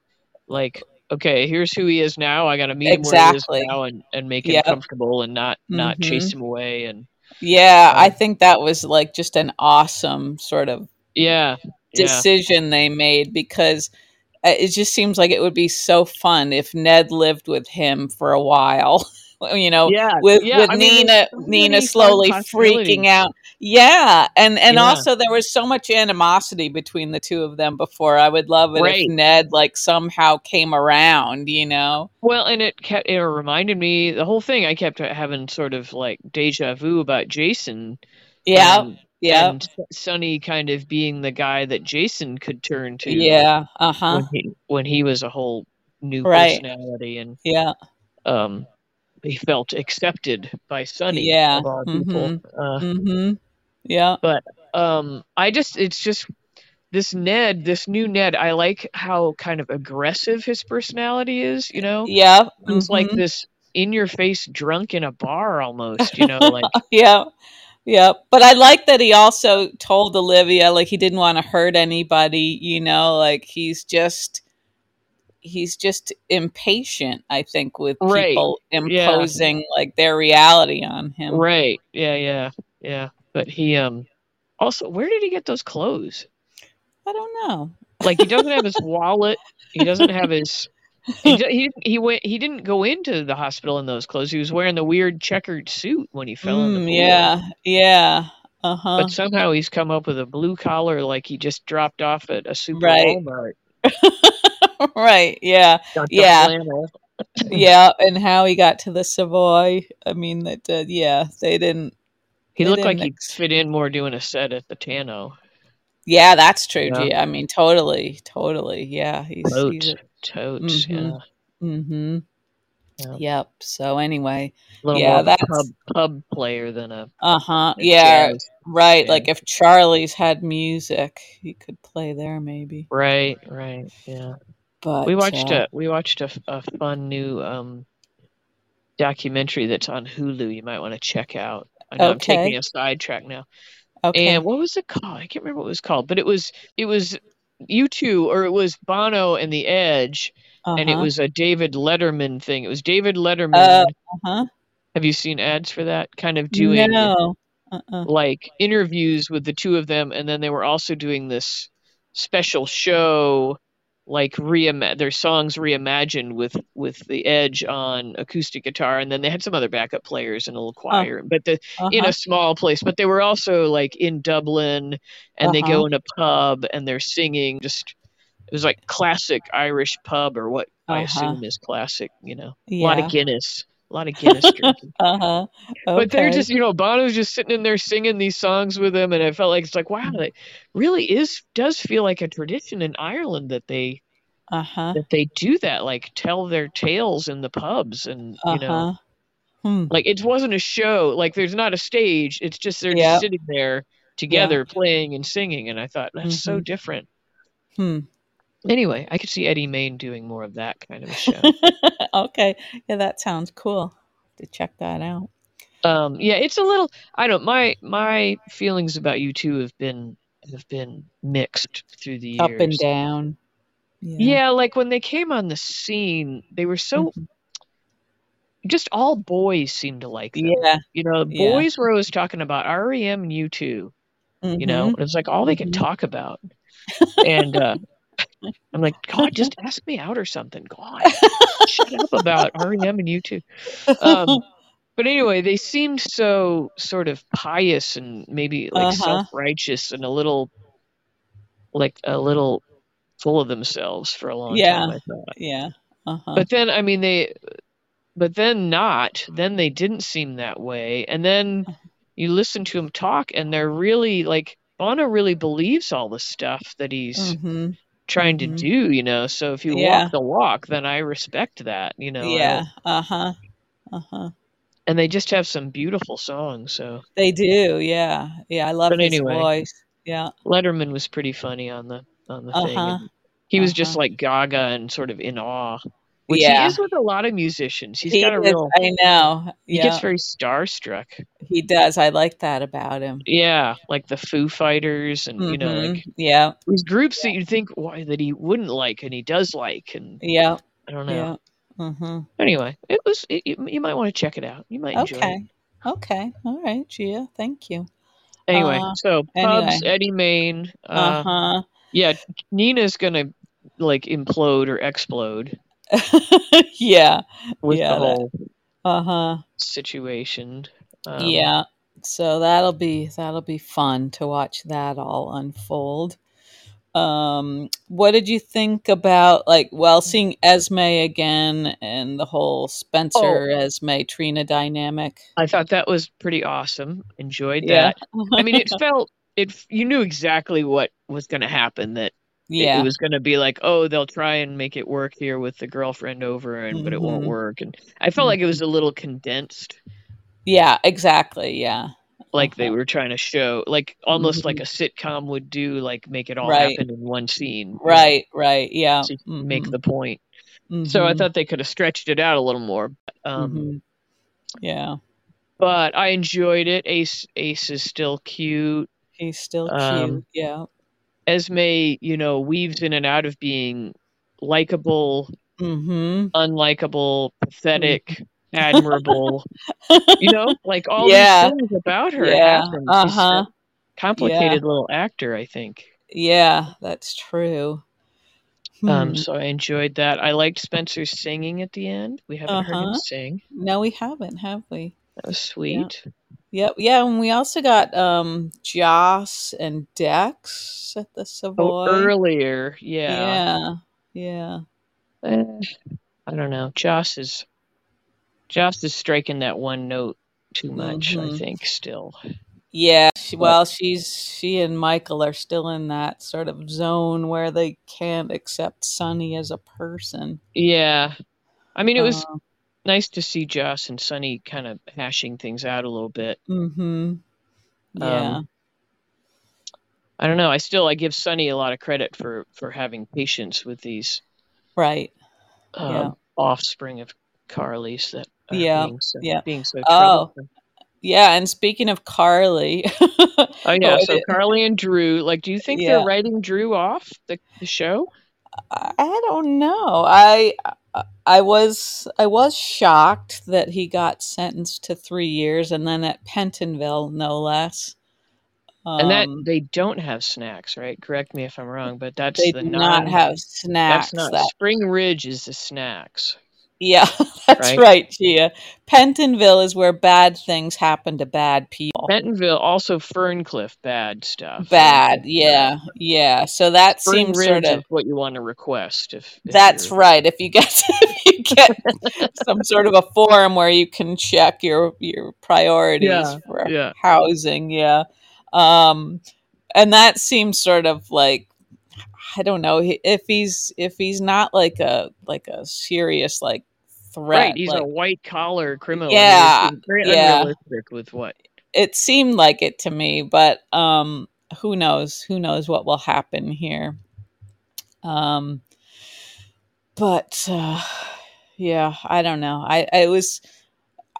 Speaker 2: like okay here's who he is now i gotta meet him where
Speaker 1: Exactly.
Speaker 2: he is now and and make
Speaker 1: Yep. Mm-hmm.
Speaker 2: him comfortable and not not chase him away and
Speaker 1: Yeah, I
Speaker 2: Um,
Speaker 1: think that was like just an awesome sort of
Speaker 2: yeah yeah
Speaker 1: decision they made because uh, it just seems like it would be so fun if Ned lived with him for a while. you know,
Speaker 2: yeah,
Speaker 1: with
Speaker 2: yeah,
Speaker 1: with
Speaker 2: I
Speaker 1: Nina
Speaker 2: mean, there's so many
Speaker 1: Nina
Speaker 2: fun
Speaker 1: slowly
Speaker 2: possibilities.
Speaker 1: freaking out. Yeah, and and
Speaker 2: Yeah.
Speaker 1: also there was so much animosity between the two of them before. I would love it
Speaker 2: Right.
Speaker 1: if Ned like somehow came around. You know,
Speaker 2: Well, and it kept it reminded me the whole thing. I kept having sort of like deja vu about Jason.
Speaker 1: yeah,
Speaker 2: and,
Speaker 1: yeah,
Speaker 2: and Sonny kind of being the guy that Jason could turn to.
Speaker 1: yeah, uh huh,
Speaker 2: when he when he was a whole new
Speaker 1: Right.
Speaker 2: personality and
Speaker 1: yeah,
Speaker 2: um he felt accepted by Sonny.
Speaker 1: Yeah,
Speaker 2: of all people. Uh,
Speaker 1: mm-hmm, yeah,
Speaker 2: um i just it's just this ned this new ned i like how kind of aggressive his personality is you know
Speaker 1: yeah,
Speaker 2: it's like
Speaker 1: mhm,
Speaker 2: this in your face drunk in a bar almost you know like
Speaker 1: yeah. Yeah, but I like that he also told Olivia like he didn't want to hurt anybody, you know, like he's just he's just impatient, I think, with
Speaker 2: Right.
Speaker 1: people imposing like their reality on him.
Speaker 2: right yeah yeah yeah but he um also where did he get those clothes
Speaker 1: I don't know.
Speaker 2: like he doesn't have his wallet he doesn't have his he, d- he didn't- he went he didn't go into the hospital in those clothes he was wearing the weird checkered suit when he fell in the
Speaker 1: Mm,
Speaker 2: pool.
Speaker 1: yeah. Yeah. Uh-huh.
Speaker 2: but somehow he's come up with a blue collar like he just dropped off at a super
Speaker 1: Right.
Speaker 2: Walmart.
Speaker 1: right. Yeah.
Speaker 2: Got the
Speaker 1: Yeah.
Speaker 2: flannel.
Speaker 1: Yeah, and how he got to the Savoy. I mean that uh, yeah, they didn't
Speaker 2: He
Speaker 1: They
Speaker 2: looked like
Speaker 1: didn't
Speaker 2: he fit in more doing a set at the Tano.
Speaker 1: Yeah, that's true.
Speaker 2: Yeah.
Speaker 1: Gee, I mean totally, totally. Yeah, he's he's
Speaker 2: Totes.
Speaker 1: a
Speaker 2: Totes.
Speaker 1: Mhm.
Speaker 2: Yeah.
Speaker 1: Mm-hmm.
Speaker 2: Yeah.
Speaker 1: Yep. So anyway,
Speaker 2: A little
Speaker 1: Yeah,
Speaker 2: more of a
Speaker 1: that's-
Speaker 2: pub, pub player than a
Speaker 1: uh huh. Yeah,
Speaker 2: jazz.
Speaker 1: right.
Speaker 2: yeah.
Speaker 1: Like if Charlie's had music, he could play there maybe.
Speaker 2: Right, right. Yeah.
Speaker 1: But
Speaker 2: We watched
Speaker 1: uh,
Speaker 2: a we watched a, f- a fun new um documentary that's on Hulu you might want to check out. I know I'm
Speaker 1: Okay.
Speaker 2: taking a sidetrack now.
Speaker 1: okay.
Speaker 2: and what was it called? I can't remember what it was called, but it was it was you two or it was Bono and the Edge, and it
Speaker 1: Uh-huh,
Speaker 2: was a David Letterman thing. It was David Letterman.
Speaker 1: uh-huh.
Speaker 2: Have you seen ads for that? Kind of doing
Speaker 1: no. Uh-uh.
Speaker 2: like interviews with the two of them, and then they were also doing this special show, like reima- their songs reimagined with with the Edge on acoustic guitar, and then they had some other backup players and a little
Speaker 1: Oh.
Speaker 2: choir. But the in
Speaker 1: uh-huh.
Speaker 2: a small place, but they were also like in Dublin and they
Speaker 1: Uh-huh.
Speaker 2: go in a pub and they're singing just it was like classic Irish pub or what
Speaker 1: Uh-huh.
Speaker 2: I assume is classic, you know.
Speaker 1: yeah.
Speaker 2: A lot of Guinness. A lot of Guinness drinking.
Speaker 1: uh-huh. Okay.
Speaker 2: But they're just, you know, Bono's just sitting in there singing these songs with him and I felt like it's like, wow, it really is does feel like a tradition in Ireland that they
Speaker 1: uh-huh.
Speaker 2: that they do that, like tell their tales in the pubs and
Speaker 1: Uh-huh.
Speaker 2: you know
Speaker 1: Hmm.
Speaker 2: like it wasn't a show like there's not a stage it's just they're
Speaker 1: Yeah. Mm-hmm.
Speaker 2: just sitting there together playing and singing and i thought that's so different
Speaker 1: Hmm.
Speaker 2: anyway i could see eddie main doing more of that kind of a show
Speaker 1: okay. Yeah, that sounds cool. To check that out.
Speaker 2: um yeah it's a little i don't my my feelings about you two have been have been mixed through the years
Speaker 1: Up and down.
Speaker 2: yeah. like when they came on the scene they were so
Speaker 1: Mhm.
Speaker 2: just all boys seemed to like them.
Speaker 1: Yeah.
Speaker 2: you know
Speaker 1: Yeah.
Speaker 2: boys were always talking about rem and you two you know
Speaker 1: Mhm.
Speaker 2: and it's like all they could
Speaker 1: Mhm.
Speaker 2: talk about and uh i'm like god just ask me out or something god shut up about rem and you too um but anyway they seemed so sort of pious and maybe like
Speaker 1: Uh-huh.
Speaker 2: self-righteous and a little like a little full of themselves for a long
Speaker 1: Yeah.
Speaker 2: time i thought
Speaker 1: mm-hmm, yeah. Uh-huh.
Speaker 2: uh, but then i mean they but then not then they didn't seem that way and then you listen to them talk and they're really like bono really believes all the stuff that he's
Speaker 1: Mhm.
Speaker 2: trying
Speaker 1: Mhm.
Speaker 2: to do, you know. So if you
Speaker 1: Yeah.
Speaker 2: walk the walk, then I respect that, you know. I
Speaker 1: yeah.
Speaker 2: don't-
Speaker 1: Uh huh. Uh huh.
Speaker 2: and they just have some beautiful songs. So
Speaker 1: They do. Yeah. Yeah. I love
Speaker 2: But
Speaker 1: his
Speaker 2: anyway.
Speaker 1: voice. Yeah.
Speaker 2: Letterman was pretty funny on the on the thing.
Speaker 1: Uh-huh.
Speaker 2: and he was just
Speaker 1: Uh-huh.
Speaker 2: like gaga and sort of in awe, which he
Speaker 1: Yeah.
Speaker 2: is with a lot of musicians. He's
Speaker 1: he
Speaker 2: got a
Speaker 1: is,
Speaker 2: real.
Speaker 1: I know.
Speaker 2: He
Speaker 1: Yeah.
Speaker 2: gets very starstruck.
Speaker 1: he does. I like that about him.
Speaker 2: Yeah, like the Foo Fighters, and you know,
Speaker 1: Mhm.
Speaker 2: like
Speaker 1: yeah.
Speaker 2: these groups that you'd think why that he wouldn't like, and he does like, and
Speaker 1: Yeah.
Speaker 2: I don't know.
Speaker 1: Yeah. Mhm.
Speaker 2: Anyway, it was. It, you, you might want to check it out. You might enjoy it.
Speaker 1: Okay. Okay. All right, Gia. Thank you.
Speaker 2: Anyway,
Speaker 1: Uh,
Speaker 2: so pubs,
Speaker 1: anyway.
Speaker 2: Eddie Main. Uh,
Speaker 1: Uh-huh.
Speaker 2: Yeah, Nina's gonna like implode or explode
Speaker 1: yeah.
Speaker 2: with
Speaker 1: Yeah, that-
Speaker 2: the whole
Speaker 1: Uh huh.
Speaker 2: situation. Um,
Speaker 1: yeah. So that'll be that'll be fun to watch that all unfold. Um, what did you think about like well seeing Esme again and the
Speaker 2: Oh.
Speaker 1: whole Spencer Esme Trina dynamic?
Speaker 2: I thought that was pretty awesome. Enjoyed
Speaker 1: Yeah.
Speaker 2: that. I mean, it felt it. f- You knew exactly what was going to happen. That it-
Speaker 1: yeah.
Speaker 2: it, was going to be like, oh, they'll try and make it work here with the girlfriend over, and but it won't
Speaker 1: Mhm.
Speaker 2: work. And I felt like it was a little condensed,
Speaker 1: yeah, exactly. Yeah.
Speaker 2: like they
Speaker 1: Uh-huh. Mm-hmm.
Speaker 2: were trying to show, like almost like a sitcom would do, like make it all
Speaker 1: Right.
Speaker 2: happen in one scene, you know,
Speaker 1: Right, right. Yeah.
Speaker 2: so you can make
Speaker 1: Mhm,
Speaker 2: the point. So I
Speaker 1: mhm,
Speaker 2: thought they could have stretched it out a little more. But, um,
Speaker 1: mhm. Yeah.
Speaker 2: but I enjoyed it. Ace Ace is still cute.
Speaker 1: He's still cute.
Speaker 2: um,
Speaker 1: yeah.
Speaker 2: Esme, you know, weaves in and out of being likable,
Speaker 1: Mhm.
Speaker 2: unlikable, pathetic, admirable. you know, like all
Speaker 1: Yeah.
Speaker 2: these things about her.
Speaker 1: Yeah.
Speaker 2: happen. She's a
Speaker 1: Uh-huh.
Speaker 2: Complicated little actor, I think.
Speaker 1: Yeah, that's true. Hmm.
Speaker 2: Um, so I enjoyed that. I liked Spencer singing at the end. We haven't heard him
Speaker 1: Uh-huh.
Speaker 2: sing.
Speaker 1: no, we haven't, have we?
Speaker 2: That was sweet.
Speaker 1: Yep, yeah, and we also got um Joss and Dex at the
Speaker 2: Oh,
Speaker 1: Savoy.
Speaker 2: earlier, yeah.
Speaker 1: yeah, yeah,
Speaker 2: Eh, I don't know. Joss is Joss is striking that one note too much. I
Speaker 1: Mhm.
Speaker 2: think still.
Speaker 1: yeah. She,
Speaker 2: But-
Speaker 1: well, she's she and Michael are still in that sort of zone where they can't accept Sonny as a person.
Speaker 2: Yeah. I mean, it was
Speaker 1: Um,
Speaker 2: nice to see Joss and Sonny kind of hashing things out a little bit. Um,
Speaker 1: mhm. Yeah.
Speaker 2: I don't know. I still I give Sonny a lot of credit for for having patience with these
Speaker 1: right.
Speaker 2: um,
Speaker 1: Yeah.
Speaker 2: offspring of Carly's that are
Speaker 1: Yeah,
Speaker 2: being so,
Speaker 1: yeah.
Speaker 2: being so
Speaker 1: Oh.
Speaker 2: troublesome.
Speaker 1: Yeah, and speaking of Carly,
Speaker 2: Oh yeah,
Speaker 1: Oh, it
Speaker 2: so
Speaker 1: is-
Speaker 2: Carly and Drew, like do you think
Speaker 1: Yeah.
Speaker 2: they're writing Drew off the, the show?
Speaker 1: I I don't know. I I- I was I was shocked that he got sentenced to three years and then at Pentonville, no less.
Speaker 2: And that
Speaker 1: Um,
Speaker 2: they don't have snacks, right? Correct me if I'm wrong, but that's
Speaker 1: they
Speaker 2: the
Speaker 1: do not
Speaker 2: non
Speaker 1: have snacks.
Speaker 2: that's not
Speaker 1: that
Speaker 2: Spring Ridge is the snacks.
Speaker 1: yeah, that's
Speaker 2: Right.
Speaker 1: right. Gia. Pentonville is where bad things happen to bad people.
Speaker 2: Bentonville, also Ferncliff, bad stuff.
Speaker 1: Oh. bad, yeah, yeah. So that
Speaker 2: Spring
Speaker 1: seems
Speaker 2: Ridge
Speaker 1: sort of
Speaker 2: is what you want to request if, if
Speaker 1: That's
Speaker 2: you're-
Speaker 1: right. If you get if you get some sort of a forum where you can check your your priorities
Speaker 2: Yeah,
Speaker 1: for
Speaker 2: yeah.
Speaker 1: housing, yeah. Um, and that seems sort of like I don't know he- if he's if he's not like a like a serious like threat.
Speaker 2: right. He's
Speaker 1: like,
Speaker 2: a white collar criminal.
Speaker 1: Yeah,
Speaker 2: I mean, it's very
Speaker 1: yeah.
Speaker 2: unrealistic with what.
Speaker 1: it seemed like it to me, but um, who knows? Who knows what will happen here? Um, but uh, yeah, I don't know. I I was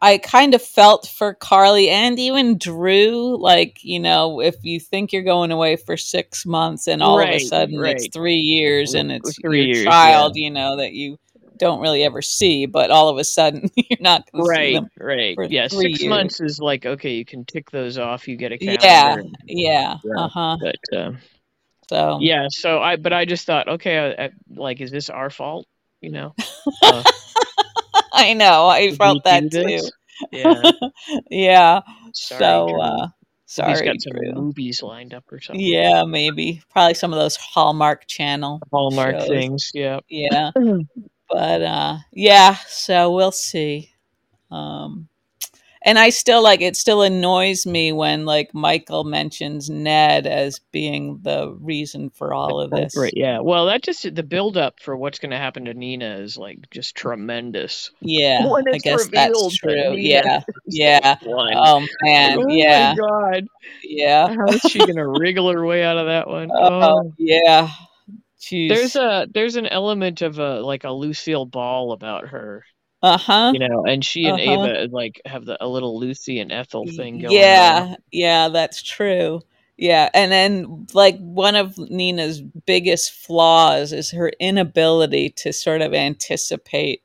Speaker 1: I kind of felt for Carly and even Drew. Like you know, if you think you're going away for six months and all of
Speaker 2: Right,
Speaker 1: a sudden
Speaker 2: right.
Speaker 1: it's three years and
Speaker 2: With
Speaker 1: it's
Speaker 2: three
Speaker 1: your
Speaker 2: years, yeah.
Speaker 1: child, you know that you don't really ever see, but all of a sudden you're not going to see
Speaker 2: Right,
Speaker 1: them.
Speaker 2: right.
Speaker 1: for
Speaker 2: Yeah,
Speaker 1: three
Speaker 2: six
Speaker 1: years.
Speaker 2: months is like okay, you can tick those off. You get a calendar.
Speaker 1: Yeah,
Speaker 2: and-
Speaker 1: yeah,
Speaker 2: Yeah.
Speaker 1: uh huh.
Speaker 2: But um,
Speaker 1: So
Speaker 2: yeah, so I but I just thought okay, I, I, like is this our fault? You know, uh,
Speaker 1: I know. I
Speaker 2: did we
Speaker 1: felt that
Speaker 2: do
Speaker 1: too.
Speaker 2: this? Yeah.
Speaker 1: yeah.
Speaker 2: Sorry,
Speaker 1: so
Speaker 2: Drew.
Speaker 1: uh
Speaker 2: Maybe
Speaker 1: sorry,
Speaker 2: he's got some
Speaker 1: Drew.
Speaker 2: movies lined up or something.
Speaker 1: Yeah, maybe. Probably some of those Hallmark channel
Speaker 2: Hallmark
Speaker 1: shows.
Speaker 2: things. Yeah.
Speaker 1: Yeah.
Speaker 2: Mm-hmm.
Speaker 1: But uh yeah, so we'll see. Um and I still like it still annoys me when like Michael mentions Ned as being the reason for all of this.
Speaker 2: Right. Yeah. Well, that just the buildup for what's going to happen to Nina is like just tremendous.
Speaker 1: Yeah.
Speaker 2: When
Speaker 1: I
Speaker 2: it's
Speaker 1: guess
Speaker 2: revealed
Speaker 1: that's
Speaker 2: that
Speaker 1: true.
Speaker 2: Nina
Speaker 1: Yeah.
Speaker 2: is
Speaker 1: Yeah.
Speaker 2: the one.
Speaker 1: Oh man.
Speaker 2: oh
Speaker 1: Yeah.
Speaker 2: my god!
Speaker 1: Yeah.
Speaker 2: How is she going to wriggle her way out of that one?
Speaker 1: Oh
Speaker 2: Oh.
Speaker 1: yeah. Jeez.
Speaker 2: There's a there's an element of a like a Lucille Ball about her,
Speaker 1: uh-huh.
Speaker 2: you know, and she and
Speaker 1: Uh-huh.
Speaker 2: Ava like have the a little Lucy and Ethel thing going.
Speaker 1: yeah,
Speaker 2: on.
Speaker 1: yeah, that's true. Yeah, and then like one of Nina's biggest flaws is her inability to sort of anticipate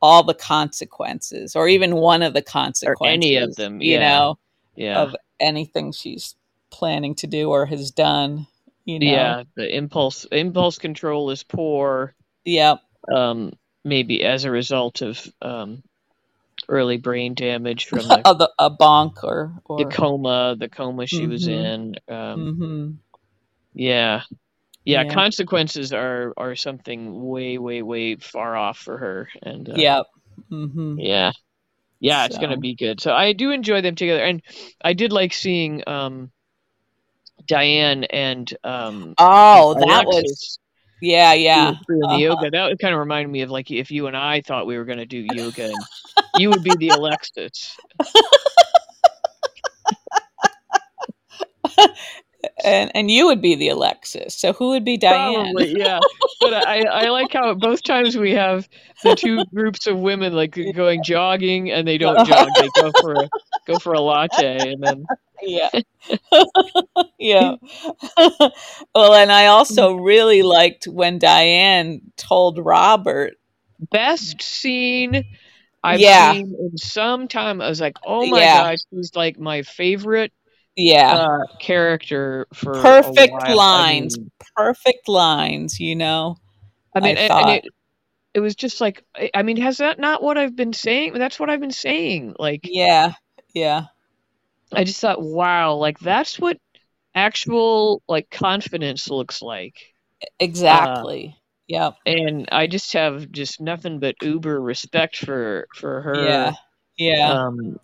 Speaker 1: all the consequences or even one of the
Speaker 2: or
Speaker 1: consequences,
Speaker 2: any of them.
Speaker 1: you
Speaker 2: yeah.
Speaker 1: know,
Speaker 2: yeah.
Speaker 1: of anything she's planning to do or has done, you know.
Speaker 2: Yeah, the impulse impulse control is poor.
Speaker 1: Yep.
Speaker 2: Um, maybe as a result of um, early brain damage from the,
Speaker 1: a, the- a bonk or, or
Speaker 2: the coma, the coma she was
Speaker 1: Mhm.
Speaker 2: in. Um,
Speaker 1: Mhm.
Speaker 2: Yeah. Yeah,
Speaker 1: Yeah.
Speaker 2: consequences are are something way, way, way far off for her. And uh,
Speaker 1: Yep. hmm
Speaker 2: yeah, yeah, it's gonna
Speaker 1: So.
Speaker 2: be good. So I do enjoy them together, and I did like seeing um, Diane and um,
Speaker 1: Oh, that was
Speaker 2: Alexis
Speaker 1: yeah,
Speaker 2: do-
Speaker 1: yeah.
Speaker 2: doing
Speaker 1: Uh-huh.
Speaker 2: the yoga. That kind of reminded me of like if you and I thought we were gonna do yoga, and you would be the Alexis.
Speaker 1: And and you would be the Alexis. So who would be Diane?
Speaker 2: Probably, yeah. But I, I like how both times we have the two groups of women like going jogging and they don't jog. They go for a go for a latte and then
Speaker 1: Yeah. yeah. well, and I also
Speaker 2: Mm-hmm.
Speaker 1: really liked when Diane told Robert.
Speaker 2: best scene I've
Speaker 1: Yeah.
Speaker 2: seen in some time. I was like, oh my
Speaker 1: Yeah.
Speaker 2: gosh, she's like my favorite
Speaker 1: Yeah.
Speaker 2: uh, character for a
Speaker 1: Perfect
Speaker 2: while. I
Speaker 1: lines.
Speaker 2: mean-
Speaker 1: perfect lines, you know.
Speaker 2: I mean,
Speaker 1: I
Speaker 2: and- and
Speaker 1: thought.
Speaker 2: it, it was just like I- I mean, has that not what I've been saying? That's what I've been saying. Like
Speaker 1: Yeah. Yeah.
Speaker 2: Uh-huh. I just thought, wow, like that's what actual like confidence looks like.
Speaker 1: Exactly. yep.
Speaker 2: And I just have just nothing but uber respect for for her.
Speaker 1: Yeah. Yeah.
Speaker 2: Um,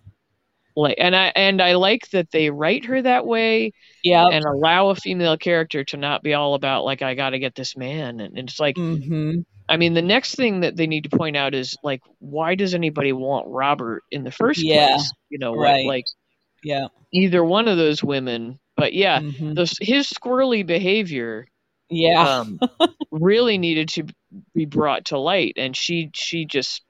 Speaker 2: like and I and I like that they write her that way
Speaker 1: yep.
Speaker 2: and allow a female character to not be all about like I got to get this man and, and it's like
Speaker 1: hmm
Speaker 2: I mean the next thing that they need to point out is like why does anybody want Robert in the first
Speaker 1: Yeah,
Speaker 2: place? You know, what-
Speaker 1: right.
Speaker 2: like
Speaker 1: Yeah.
Speaker 2: either one of those women. But yeah,
Speaker 1: mhm.
Speaker 2: those his squirrely behavior
Speaker 1: Yeah.
Speaker 2: um, really needed to be brought to light, and she she just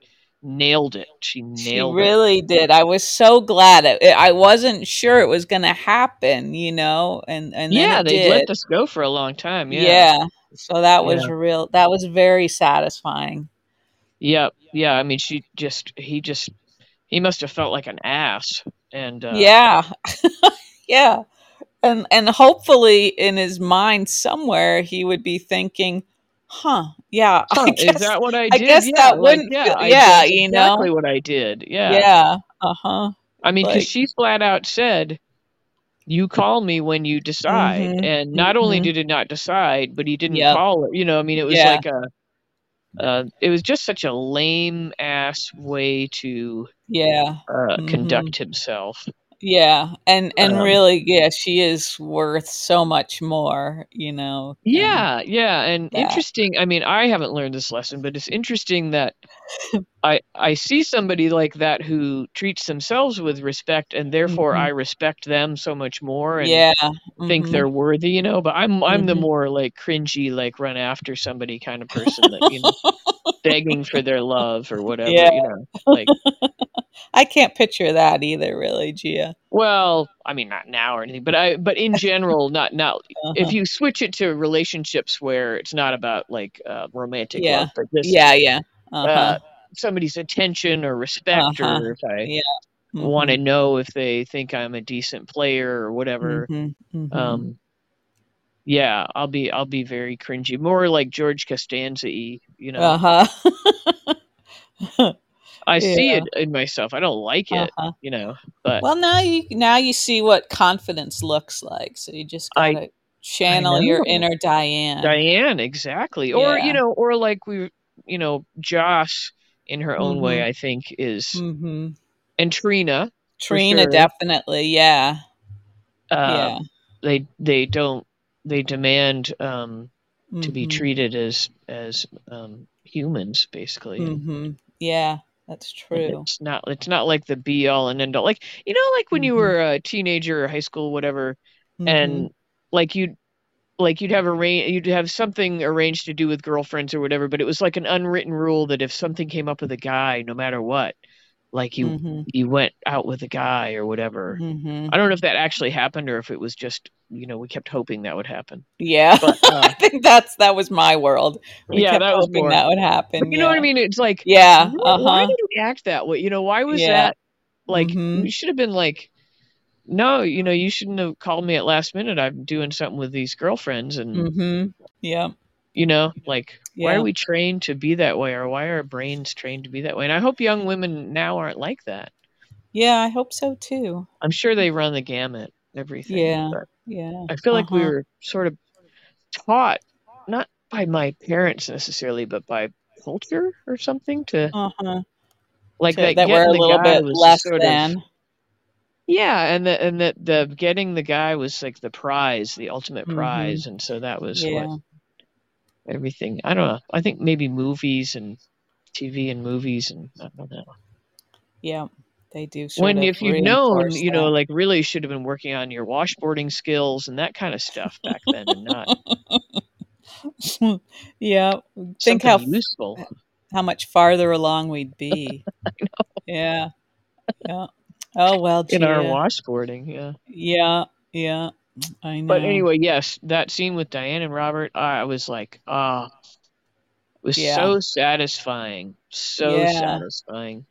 Speaker 2: nailed it. She
Speaker 1: she
Speaker 2: nailed it.
Speaker 1: really did. I was so glad. It, it- I wasn't sure it was going to happen, you know, and and then
Speaker 2: yeah,
Speaker 1: it
Speaker 2: they
Speaker 1: did.
Speaker 2: let this go for a long time. Yeah.
Speaker 1: yeah. So that was
Speaker 2: Yeah.
Speaker 1: real. That was very satisfying.
Speaker 2: Yep. Yeah. I mean, she just he just he must have felt like an ass, and uh,
Speaker 1: Yeah. yeah. And and hopefully in his mind somewhere he would be thinking, "Huh, yeah,
Speaker 2: huh,
Speaker 1: I guess
Speaker 2: is that what I did?
Speaker 1: I guess
Speaker 2: yeah,
Speaker 1: that
Speaker 2: like,
Speaker 1: wouldn't
Speaker 2: yeah,
Speaker 1: feel-
Speaker 2: I-
Speaker 1: yeah,
Speaker 2: that's
Speaker 1: you know?
Speaker 2: exactly what I did. Yeah.
Speaker 1: yeah. uh-huh.
Speaker 2: I mean, because
Speaker 1: Like-
Speaker 2: she flat out said, "You call me when you decide,"
Speaker 1: Mhm,
Speaker 2: and not only
Speaker 1: mhm.
Speaker 2: did he not decide, but he didn't
Speaker 1: Yep.
Speaker 2: call her. You know, I mean, it was
Speaker 1: Yeah.
Speaker 2: like a, uh, it was just such a lame ass way to
Speaker 1: Yeah.
Speaker 2: uh, conduct himself.
Speaker 1: Yeah. And and
Speaker 2: Um,
Speaker 1: really, yeah, she is worth so much more, you know. than-
Speaker 2: Yeah, yeah, and
Speaker 1: that.
Speaker 2: interesting. I mean, I haven't learned this lesson, but it's interesting that I I see somebody like that who treats themselves with respect, and therefore
Speaker 1: Mhm.
Speaker 2: I respect them so much more. And
Speaker 1: yeah.
Speaker 2: think
Speaker 1: mhm.
Speaker 2: they're worthy, you know. But I'm I'm the
Speaker 1: Mhm.
Speaker 2: more like cringy, like run after somebody kind of person that you know begging for their love or whatever,
Speaker 1: Yeah.
Speaker 2: you know. Like,
Speaker 1: I can't picture that either, really, Gia.
Speaker 2: well, I mean, not now or anything, but I but in general, not not if
Speaker 1: Uh-huh.
Speaker 2: you switch it to relationships where it's not about like uh, romantic
Speaker 1: Yeah.
Speaker 2: love, but just
Speaker 1: Yeah, yeah.
Speaker 2: uh,
Speaker 1: Uh-huh.
Speaker 2: somebody's attention or respect,
Speaker 1: Uh-huh.
Speaker 2: or if I
Speaker 1: Yeah. Mm-hmm.
Speaker 2: want to know if they think I'm a decent player or whatever.
Speaker 1: Mhm, mhm, mhm.
Speaker 2: Um, yeah, I'll be I'll be very cringy, more like George Costanza. You know,
Speaker 1: Uh-huh.
Speaker 2: I see
Speaker 1: yeah.
Speaker 2: it in myself. I don't like it,
Speaker 1: uh-huh.
Speaker 2: you know, but
Speaker 1: Well, now you now you see what confidence looks like. So you just
Speaker 2: I-
Speaker 1: gotta channel your
Speaker 2: know.
Speaker 1: inner Diane.
Speaker 2: Diane exactly, or
Speaker 1: uh, Yeah.
Speaker 2: you know, or like we, you know, Joss in her own way,
Speaker 1: Mm-hmm.
Speaker 2: I think is,
Speaker 1: hmm
Speaker 2: and Trina.
Speaker 1: Trina,
Speaker 2: sure.
Speaker 1: definitely. Yeah.
Speaker 2: Um,
Speaker 1: yeah.
Speaker 2: They they don't they demand um, to be
Speaker 1: Mhm,
Speaker 2: treated as as um, humans basically. and-
Speaker 1: mhm. Yeah, that's
Speaker 2: and
Speaker 1: true.
Speaker 2: It's not. It's not like the be all and end all. Like you know, like when you
Speaker 1: Mhm.
Speaker 2: were a teenager or high school, whatever,
Speaker 1: Mhm.
Speaker 2: and like you'd like you'd have a you'd have something arranged to do with girlfriends or whatever but it was like an unwritten rule that if something came up with a guy no matter what like you
Speaker 1: Mhm,
Speaker 2: you went out with a guy or whatever
Speaker 1: mhm.
Speaker 2: i don't know if that actually happened or if it was just you know we kept hoping that would happen
Speaker 1: Yeah.
Speaker 2: but uh,
Speaker 1: I think that's that was my world. We
Speaker 2: yeah
Speaker 1: kept
Speaker 2: that was
Speaker 1: hoping
Speaker 2: more
Speaker 1: that would happen.
Speaker 2: you know what
Speaker 1: yeah.
Speaker 2: i mean it's like
Speaker 1: Yeah.
Speaker 2: why,
Speaker 1: Uh
Speaker 2: why
Speaker 1: huh.
Speaker 2: did we act that way you know why was
Speaker 1: Yeah.
Speaker 2: that like
Speaker 1: Mhm.
Speaker 2: we should have been like no you know you shouldn't have called me at last minute i'm doing something with these girlfriends and
Speaker 1: Mm-hmm. Yeah.
Speaker 2: You know, like why
Speaker 1: Yeah.
Speaker 2: are we trained to be that way, or why are our brains trained to be that way? And I hope young women now aren't like that.
Speaker 1: Yeah, I hope so too.
Speaker 2: I'm sure they run the gamut, everything.
Speaker 1: Yeah.
Speaker 2: but-
Speaker 1: Yeah.
Speaker 2: I feel like we
Speaker 1: Uh-huh.
Speaker 2: were sort of taught, not by my parents necessarily, but by culture or something to
Speaker 1: Uh-huh.
Speaker 2: like
Speaker 1: To-
Speaker 2: that,
Speaker 1: that we're
Speaker 2: getting
Speaker 1: a
Speaker 2: the
Speaker 1: little
Speaker 2: guy
Speaker 1: bit
Speaker 2: was
Speaker 1: less
Speaker 2: sort of-
Speaker 1: than.
Speaker 2: yeah, and the and that the getting the guy was like the prize, the ultimate prize, and so that was
Speaker 1: Mm-hmm. yeah.
Speaker 2: what everything. I don't know. I think maybe movies and TV and movies and I don't know.
Speaker 1: Yeah. They do sort
Speaker 2: when
Speaker 1: of
Speaker 2: if you'd known,
Speaker 1: reinforce
Speaker 2: you know,
Speaker 1: that.
Speaker 2: like really should have been working on your washboarding skills and that kind of stuff back then, and not
Speaker 1: yeah. Think
Speaker 2: something
Speaker 1: how
Speaker 2: useful.
Speaker 1: how much farther along we'd be. Yeah. Yeah. Oh well,
Speaker 2: in our
Speaker 1: Gia.
Speaker 2: washboarding. Yeah.
Speaker 1: Yeah. Yeah. I know.
Speaker 2: But anyway, yes, that scene with Diane and Robert, I was like, ah, it was
Speaker 1: Yeah.
Speaker 2: so satisfying, so
Speaker 1: Yeah.
Speaker 2: satisfying.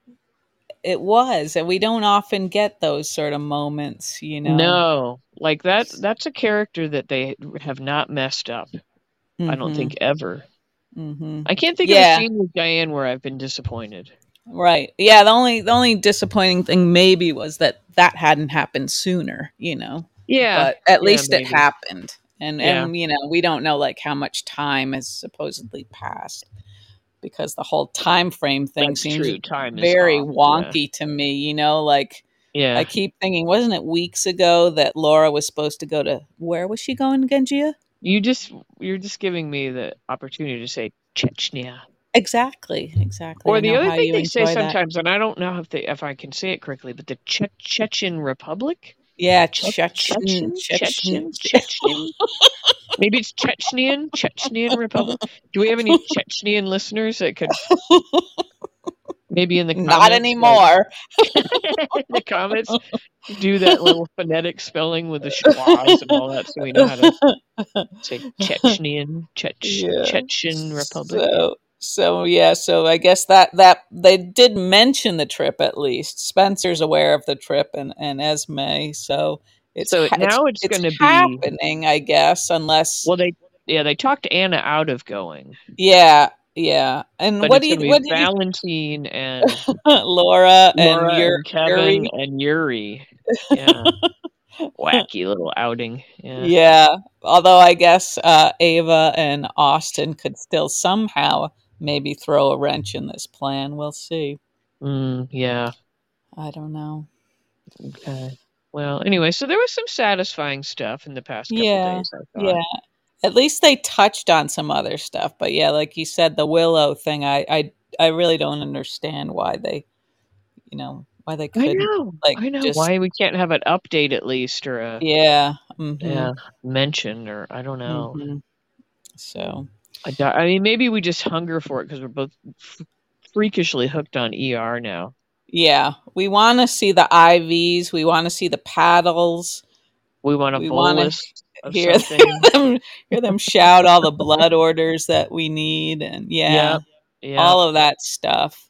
Speaker 1: it was, and we don't often get those sort of moments, you know.
Speaker 2: No, like that. That's a character that they have not messed up. I don't think ever.
Speaker 1: hmm
Speaker 2: I can't think
Speaker 1: Mm-hmm. Yeah.
Speaker 2: of a scene with Diane where I've been disappointed.
Speaker 1: Right. Yeah. The only the only disappointing thing maybe was that that hadn't happened sooner. You know.
Speaker 2: Yeah,
Speaker 1: But at
Speaker 2: Yeah,
Speaker 1: least
Speaker 2: maybe.
Speaker 1: it happened, and and you know we don't know like how much time has supposedly passed because the whole time frame thing
Speaker 2: that's
Speaker 1: seems
Speaker 2: true. Time is
Speaker 1: very
Speaker 2: off,
Speaker 1: wonky to me. You know, like
Speaker 2: Yeah. yeah.
Speaker 1: I keep thinking, wasn't it weeks ago that Laura was supposed to go to where was she going again, Gia?
Speaker 2: you just you're just giving me the opportunity to say Chechnya.
Speaker 1: Exactly, exactly. I
Speaker 2: Or the
Speaker 1: know
Speaker 2: other
Speaker 1: how
Speaker 2: thing
Speaker 1: you
Speaker 2: they say
Speaker 1: enjoy that.
Speaker 2: sometimes, and I don't know if they, if I can say it correctly, but the che- Chechen Republic,
Speaker 1: Yeah,
Speaker 2: Che-
Speaker 1: Chechen,
Speaker 2: Chechen,
Speaker 1: Chechen.
Speaker 2: Chechen. Maybe it's Chechenian, Chechenian Republic. Do we have any Chechenian listeners that could maybe in the comments,
Speaker 1: Not
Speaker 2: like,
Speaker 1: anymore.
Speaker 2: in the comments, do that little phonetic spelling with the schwas and all that, so we know how to say Chechenian, Chech,
Speaker 1: Yeah.
Speaker 2: Chechen Republic.
Speaker 1: So, so yeah, so I guess that that they did mention the trip at least. Spencer's aware of the trip, and and Esme. So it's
Speaker 2: So
Speaker 1: ha-
Speaker 2: now it's
Speaker 1: it's,
Speaker 2: gonna be-
Speaker 1: happening, I guess, unless
Speaker 2: Well, they yeah they talked Anna out of going.
Speaker 1: yeah, yeah. And
Speaker 2: But
Speaker 1: what
Speaker 2: it's
Speaker 1: do you
Speaker 2: gonna be
Speaker 1: what do you
Speaker 2: Valentine and
Speaker 1: Laura,
Speaker 2: Laura
Speaker 1: and your
Speaker 2: Kevin
Speaker 1: Yuri?
Speaker 2: and Yuri. Yeah. Wacky little outing. Yeah.
Speaker 1: Yeah. Although I guess uh, Ava and Austin could still somehow maybe throw a wrench in this plan. We'll see.
Speaker 2: Mm, yeah.
Speaker 1: I don't know.
Speaker 2: Okay. Well, anyway, so there was some satisfying stuff in the past couple
Speaker 1: Yeah,
Speaker 2: days. I thought.
Speaker 1: Yeah. At least they touched on some other stuff. But yeah, like you said, the Willow thing, I, I, I really don't understand why they, you know, why they
Speaker 2: I
Speaker 1: couldn't.
Speaker 2: know.
Speaker 1: like,
Speaker 2: I know
Speaker 1: just-
Speaker 2: why we can't have an update at least or a
Speaker 1: Yeah. mhm,
Speaker 2: yeah, mention or I don't know.
Speaker 1: mhm. So,
Speaker 2: I, di- I mean, maybe we just hunger for it because we're both f- freakishly hooked on ER now.
Speaker 1: yeah, we want to see the IVs. We want to see the paddles.
Speaker 2: We want a
Speaker 1: We wanna
Speaker 2: bolus of
Speaker 1: hear-
Speaker 2: something.
Speaker 1: them hear them shout all the blood orders that we need and yeah
Speaker 2: Yep, yeah.
Speaker 1: all of that stuff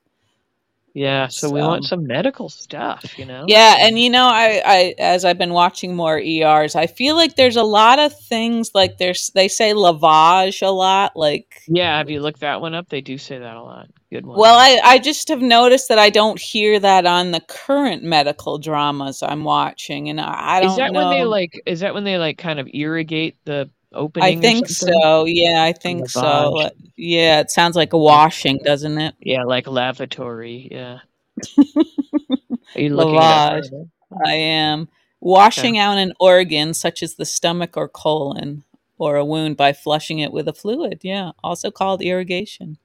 Speaker 2: Yeah, so, we want
Speaker 1: So-
Speaker 2: some medical stuff, you know.
Speaker 1: yeah and you know I, I as i've been watching more ers i feel like there's a lot of things like there's they say lavage a lot like
Speaker 2: yeah. Have you looked that one up? They do say that a lot. Good one.
Speaker 1: well I, I just have noticed that i don't hear that on the current medical dramas i'm watching and i, I don't
Speaker 2: is that
Speaker 1: know
Speaker 2: when they like? Is that when they like kind of irrigate the
Speaker 1: i
Speaker 2: opening? or
Speaker 1: think
Speaker 2: something?
Speaker 1: so yeah i think so uh,
Speaker 2: lavage.
Speaker 1: yeah it sounds like a washing doesn't it
Speaker 2: Yeah, like lavatory. Yeah. Are you looking at
Speaker 1: Lavage. I am washing out an organ such as the stomach or colon or a wound by flushing it with a fluid. Yeah, also called irrigation.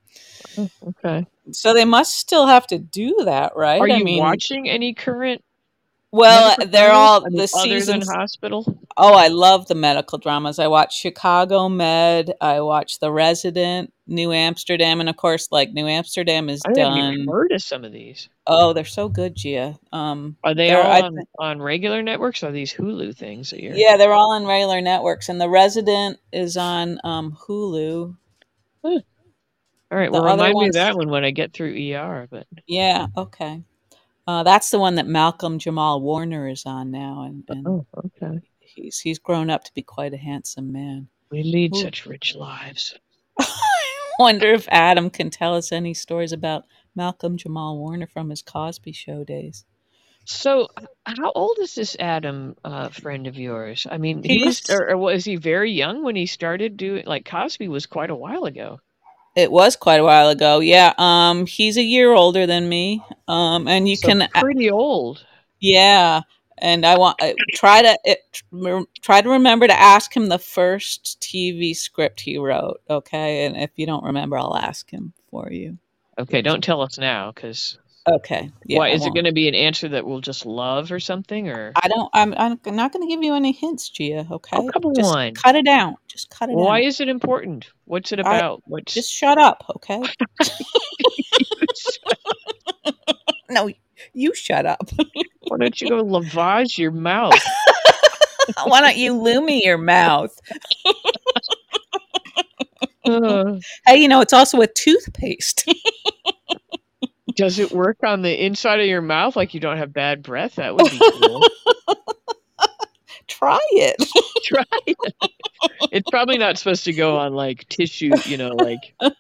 Speaker 2: Okay.
Speaker 1: So they must still have to do that, right?
Speaker 2: Are
Speaker 1: I
Speaker 2: you
Speaker 1: mean,
Speaker 2: watching any current?
Speaker 1: well,
Speaker 2: medical
Speaker 1: they're
Speaker 2: dramas?
Speaker 1: all
Speaker 2: I mean,
Speaker 1: the
Speaker 2: other
Speaker 1: seasons.
Speaker 2: than hospital.
Speaker 1: Oh, I love the medical dramas. I watch Chicago Med. I watch The Resident, New Amsterdam, and of course, like New Amsterdam is
Speaker 2: I haven't
Speaker 1: done.
Speaker 2: even heard of some of these.
Speaker 1: Oh, they're so good, Gia. Um,
Speaker 2: Are they
Speaker 1: There-
Speaker 2: all
Speaker 1: I
Speaker 2: on,
Speaker 1: think-
Speaker 2: on regular networks? Or are these Hulu things that you're?
Speaker 1: Yeah, they're all on regular networks, and The Resident is on um, Hulu.
Speaker 2: All right.
Speaker 1: the
Speaker 2: Well,
Speaker 1: other
Speaker 2: remind me of
Speaker 1: ones-
Speaker 2: that one when I get through ER. But
Speaker 1: Yeah, okay. Uh, that's the one that Malcolm Jamal Warner is on now, and, and
Speaker 2: oh, okay.
Speaker 1: he's he's grown up to be quite a handsome man.
Speaker 2: We lead
Speaker 1: Ooh.
Speaker 2: such rich lives.
Speaker 1: wonder if Adam can tell us any stories about Malcolm Jamal Warner from his Cosby Show days.
Speaker 2: So, how old is this Adam uh, friend of yours? I mean, he
Speaker 1: He's-
Speaker 2: was, or, or was he very young when he started doing? Like Cosby was quite a while ago.
Speaker 1: It was quite a while ago. Yeah. Um, he's a year older than me. Um, and you
Speaker 2: So
Speaker 1: can,
Speaker 2: pretty old.
Speaker 1: yeah. And I want I try to it, rem- try to remember to ask him the first TV script he wrote. Okay, and if you don't remember, I'll ask him for you.
Speaker 2: Okay, don't tell us now, because
Speaker 1: Okay. Yeah,
Speaker 2: why
Speaker 1: I
Speaker 2: is it
Speaker 1: won't.
Speaker 2: going to be an answer that we'll just love or something? Or
Speaker 1: I don't. I'm. I'm not going to give you any hints, Gia. Okay.
Speaker 2: Oh, come
Speaker 1: Just
Speaker 2: on.
Speaker 1: cut it down. Just cut it
Speaker 2: why
Speaker 1: out.
Speaker 2: is it important? What's it
Speaker 1: I-
Speaker 2: about? What's
Speaker 1: Just shut up. Okay. No, you shut up.
Speaker 2: why don't you go lavage your mouth?
Speaker 1: Why don't you loomy your mouth?
Speaker 2: Uh,
Speaker 1: Hey, you know it's also a toothpaste.
Speaker 2: does it work on the inside of your mouth like you don't have bad breath? That would be cool.
Speaker 1: Try it.
Speaker 2: Try it. It's probably not supposed to go on like tissue, you know, like I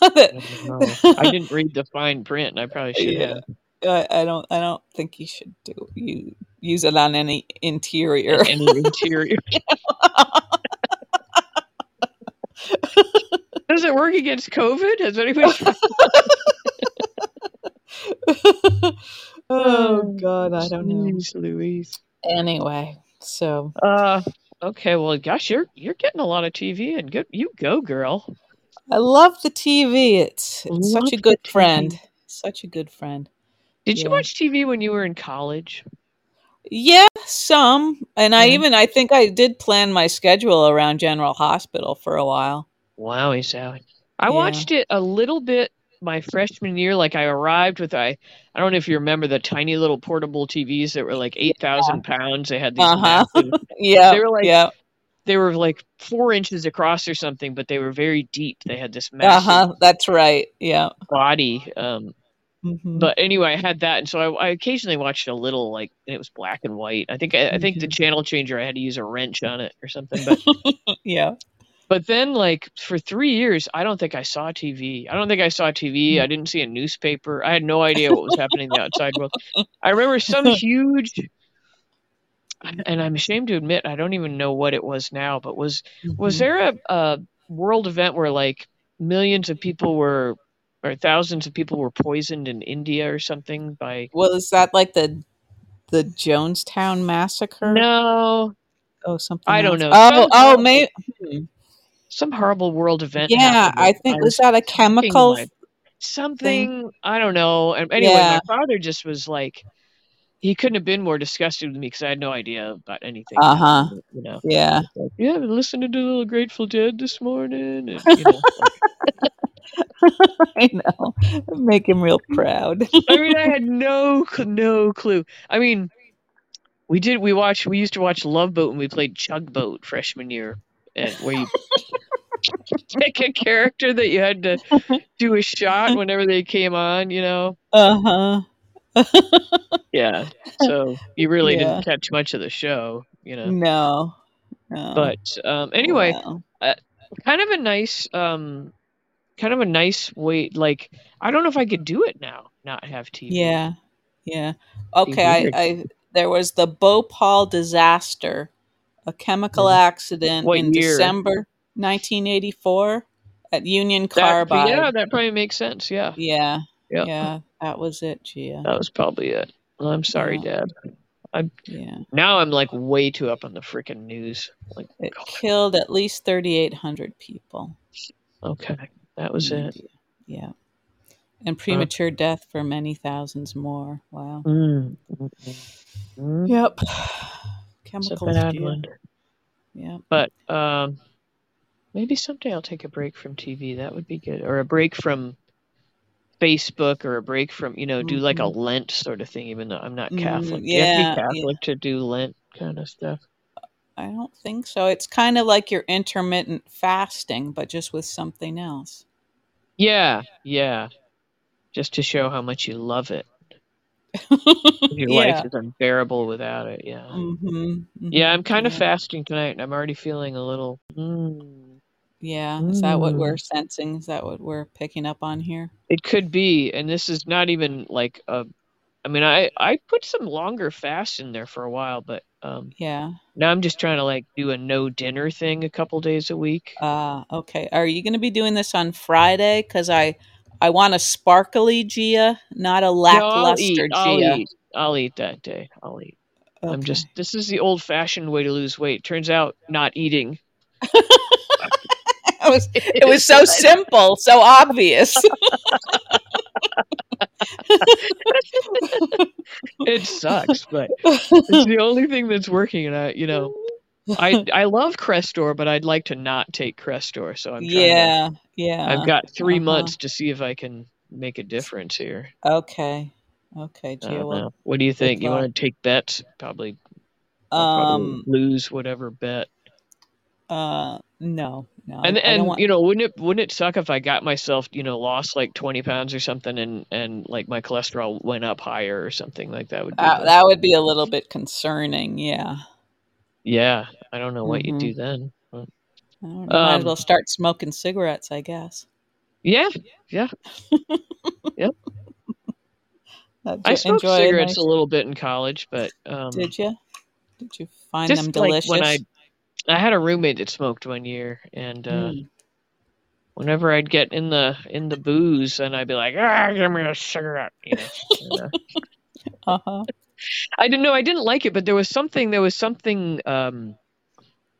Speaker 2: don't know. I didn't read the fine print and I probably should
Speaker 1: Yeah.
Speaker 2: have.
Speaker 1: I, I don't. I don't think you should do you use it on any interior.
Speaker 2: And the interior. Does it work against COVID? Has anybody tried
Speaker 1: oh God, I don't know.
Speaker 2: Jeez Louise.
Speaker 1: Anyway, so
Speaker 2: Uh okay, well gosh, you're you're getting a lot of TV and good you go girl.
Speaker 1: I love the TV. It's, it's
Speaker 2: Love
Speaker 1: such a
Speaker 2: the
Speaker 1: good
Speaker 2: TV.
Speaker 1: friend. Such a good friend.
Speaker 2: Did
Speaker 1: Yeah.
Speaker 2: you watch TV when you were in college?
Speaker 1: Yeah, some. And I
Speaker 2: Mhm.
Speaker 1: even I think I did plan my schedule around General Hospital for a while.
Speaker 2: Wowie Zowie. I
Speaker 1: Yeah.
Speaker 2: watched it a little bit my freshman year. Like I arrived with I I don't know if you remember the tiny little portable TVs that were like eight thousand pounds. They had these
Speaker 1: Uh-huh.
Speaker 2: massive-
Speaker 1: Yeah.
Speaker 2: They were like-
Speaker 1: yeah.
Speaker 2: they were like four inches across or something, but they were very deep. They had this
Speaker 1: Uh
Speaker 2: massive
Speaker 1: huh. That's right. Yeah.
Speaker 2: body. Um
Speaker 1: Mhm.
Speaker 2: but anyway, I had that and so I, I occasionally watched a little like and it was black and white. I think I, I think the
Speaker 1: Mhm.
Speaker 2: channel changer I had to use a wrench on it or something. But
Speaker 1: yeah.
Speaker 2: But then, like for three years, I don't think I saw TV. I don't think I saw TV. I didn't see a newspaper. I had no idea what was happening in the outside world. I remember some huge, and I'm ashamed to admit, I don't even know what it was now. But was was
Speaker 1: Mhm.
Speaker 2: there a, a world event where like millions of people were, or thousands of people were poisoned in India or something by?
Speaker 1: Well, is that like the the Jonestown massacre?
Speaker 2: No,
Speaker 1: Oh, something.
Speaker 2: I don't
Speaker 1: else?
Speaker 2: know.
Speaker 1: Oh,
Speaker 2: Some-
Speaker 1: oh, maybe.
Speaker 2: some horrible world event.
Speaker 1: Yeah,
Speaker 2: happened.
Speaker 1: I think was that a
Speaker 2: thinking
Speaker 1: chemical?
Speaker 2: like something I don't know. And anyway,
Speaker 1: Yeah.
Speaker 2: my father just was like, he couldn't have been more disgusted with me because I had no idea about anything.
Speaker 1: Uh-huh.
Speaker 2: You know,
Speaker 1: Yeah.
Speaker 2: like, yeah, I've been listening to a little Grateful Dead this morning, and you know,
Speaker 1: I know. Make him real proud.
Speaker 2: I mean, I had no, cl- no clue. I mean, we did. We watched. We used to watch Love Boat, and we played Chug Boat freshman year, and where you pick a character that you had to do a shot whenever they came on. You know.
Speaker 1: Uh huh.
Speaker 2: Yeah. So you really
Speaker 1: Yeah.
Speaker 2: didn't catch much of the show. You know.
Speaker 1: no. No.
Speaker 2: but um, anyway
Speaker 1: Wow.
Speaker 2: kind of a nice um, kind of a nice way like i don't know if i could do it now not have tv
Speaker 1: Yeah. Yeah.
Speaker 2: be
Speaker 1: Okay. I,
Speaker 2: weird.
Speaker 1: I there was the Bhopal disaster, a chemical
Speaker 2: Mhm.
Speaker 1: accident
Speaker 2: What
Speaker 1: in
Speaker 2: year?
Speaker 1: December 1984 at Union
Speaker 2: That-
Speaker 1: Carbide.
Speaker 2: yeah that probably makes sense yeah
Speaker 1: Yeah.
Speaker 2: Yeah. Uh,
Speaker 1: Yeah. That was it, Gia.
Speaker 2: that was probably it Well, i'm sorry dad
Speaker 1: Yeah.
Speaker 2: now i'm like way too up on the freaking news like
Speaker 1: It
Speaker 2: God,
Speaker 1: killed at least 3,800 people.
Speaker 2: okay that was
Speaker 1: in
Speaker 2: it Uh.
Speaker 1: India. Yeah. And premature death for many thousands more. Wow.
Speaker 2: Mm, mm, mm, mm.
Speaker 1: Yep.
Speaker 2: it's a
Speaker 1: Chemicals.
Speaker 2: bad
Speaker 1: Gia.
Speaker 2: one
Speaker 1: Yep.
Speaker 2: but um maybe someday i'll take a break from tv that would be good or a break from facebook or a break from you know do like a
Speaker 1: Mhm.
Speaker 2: lent sort of thing even though i'm not
Speaker 1: Mm,
Speaker 2: catholic Do you have to
Speaker 1: yeah,
Speaker 2: be
Speaker 1: yeah.
Speaker 2: catholic to do lent kind of stuff
Speaker 1: I don't think so. It's kind of like your intermittent fasting, but just with something else.
Speaker 2: yeah yeah just to show how much you love it your
Speaker 1: yeah.
Speaker 2: life is unbearable without it yeah
Speaker 1: Mm-hmm.
Speaker 2: yeah i'm kind of fasting tonight and i'm already feeling a little mm,
Speaker 1: Yeah. Is that what
Speaker 2: Mm.
Speaker 1: we're sensing? Is that what we're picking up on here?
Speaker 2: It could be, and this is not even like a. I mean, I I put some longer fasts in there for a while, but um,
Speaker 1: Yeah.
Speaker 2: now I'm just trying to like do a no dinner thing a couple days a week.
Speaker 1: Uh, okay. Are you going to be doing this on Friday? Because I, I want a sparkly Gia, not a
Speaker 2: No, I'll
Speaker 1: lackluster
Speaker 2: eat. I'll
Speaker 1: Gia.
Speaker 2: eat. I'll eat that day. I'll eat. I'm
Speaker 1: Okay.
Speaker 2: just. This is the old-fashioned way to lose weight. Turns out, not eating.
Speaker 1: It was, it was so simple, so obvious.
Speaker 2: it sucks, but it's the only thing that's working. And I, you know, I I love Crestor, but I'd like to not take Crestor. So I'm trying to-
Speaker 1: yeah. Yeah.
Speaker 2: I've got 3
Speaker 1: uh-huh.
Speaker 2: months to see if I can make a difference here.
Speaker 1: Okay. Okay,
Speaker 2: I
Speaker 1: Gia.
Speaker 2: don't
Speaker 1: Well,
Speaker 2: know. What do you think? You
Speaker 1: thought.
Speaker 2: want to take bets? Probably, I'll probably
Speaker 1: um,
Speaker 2: lose whatever bet.
Speaker 1: uh, no, no.
Speaker 2: And
Speaker 1: I, I
Speaker 2: and
Speaker 1: don't want,
Speaker 2: you know, wouldn't it wouldn't it suck if I got myself you know lost like twenty pounds or something, and and like my cholesterol went up higher or something like that would be.
Speaker 1: Uh, that,
Speaker 2: the-
Speaker 1: that would be a little bit concerning. Yeah.
Speaker 2: yeah, I don't know what
Speaker 1: Mhm.
Speaker 2: you do then. but-
Speaker 1: I don't know. Might as
Speaker 2: Um,
Speaker 1: well start smoking cigarettes, I guess.
Speaker 2: Yeah,
Speaker 1: That'd
Speaker 2: I
Speaker 1: ju-
Speaker 2: smoked
Speaker 1: enjoy a
Speaker 2: cigarettes a
Speaker 1: nice-
Speaker 2: little bit in college, but um,
Speaker 1: Did you? Did you find
Speaker 2: just
Speaker 1: them
Speaker 2: like
Speaker 1: delicious?
Speaker 2: when I I had a roommate that smoked one year, and uh,
Speaker 1: Mm.
Speaker 2: whenever I'd get in the in the booze, and I'd be like, ah, give me a cigarette. You know, And, uh,
Speaker 1: Uh-huh.
Speaker 2: I didn't know I didn't like it, but there was something there was something um,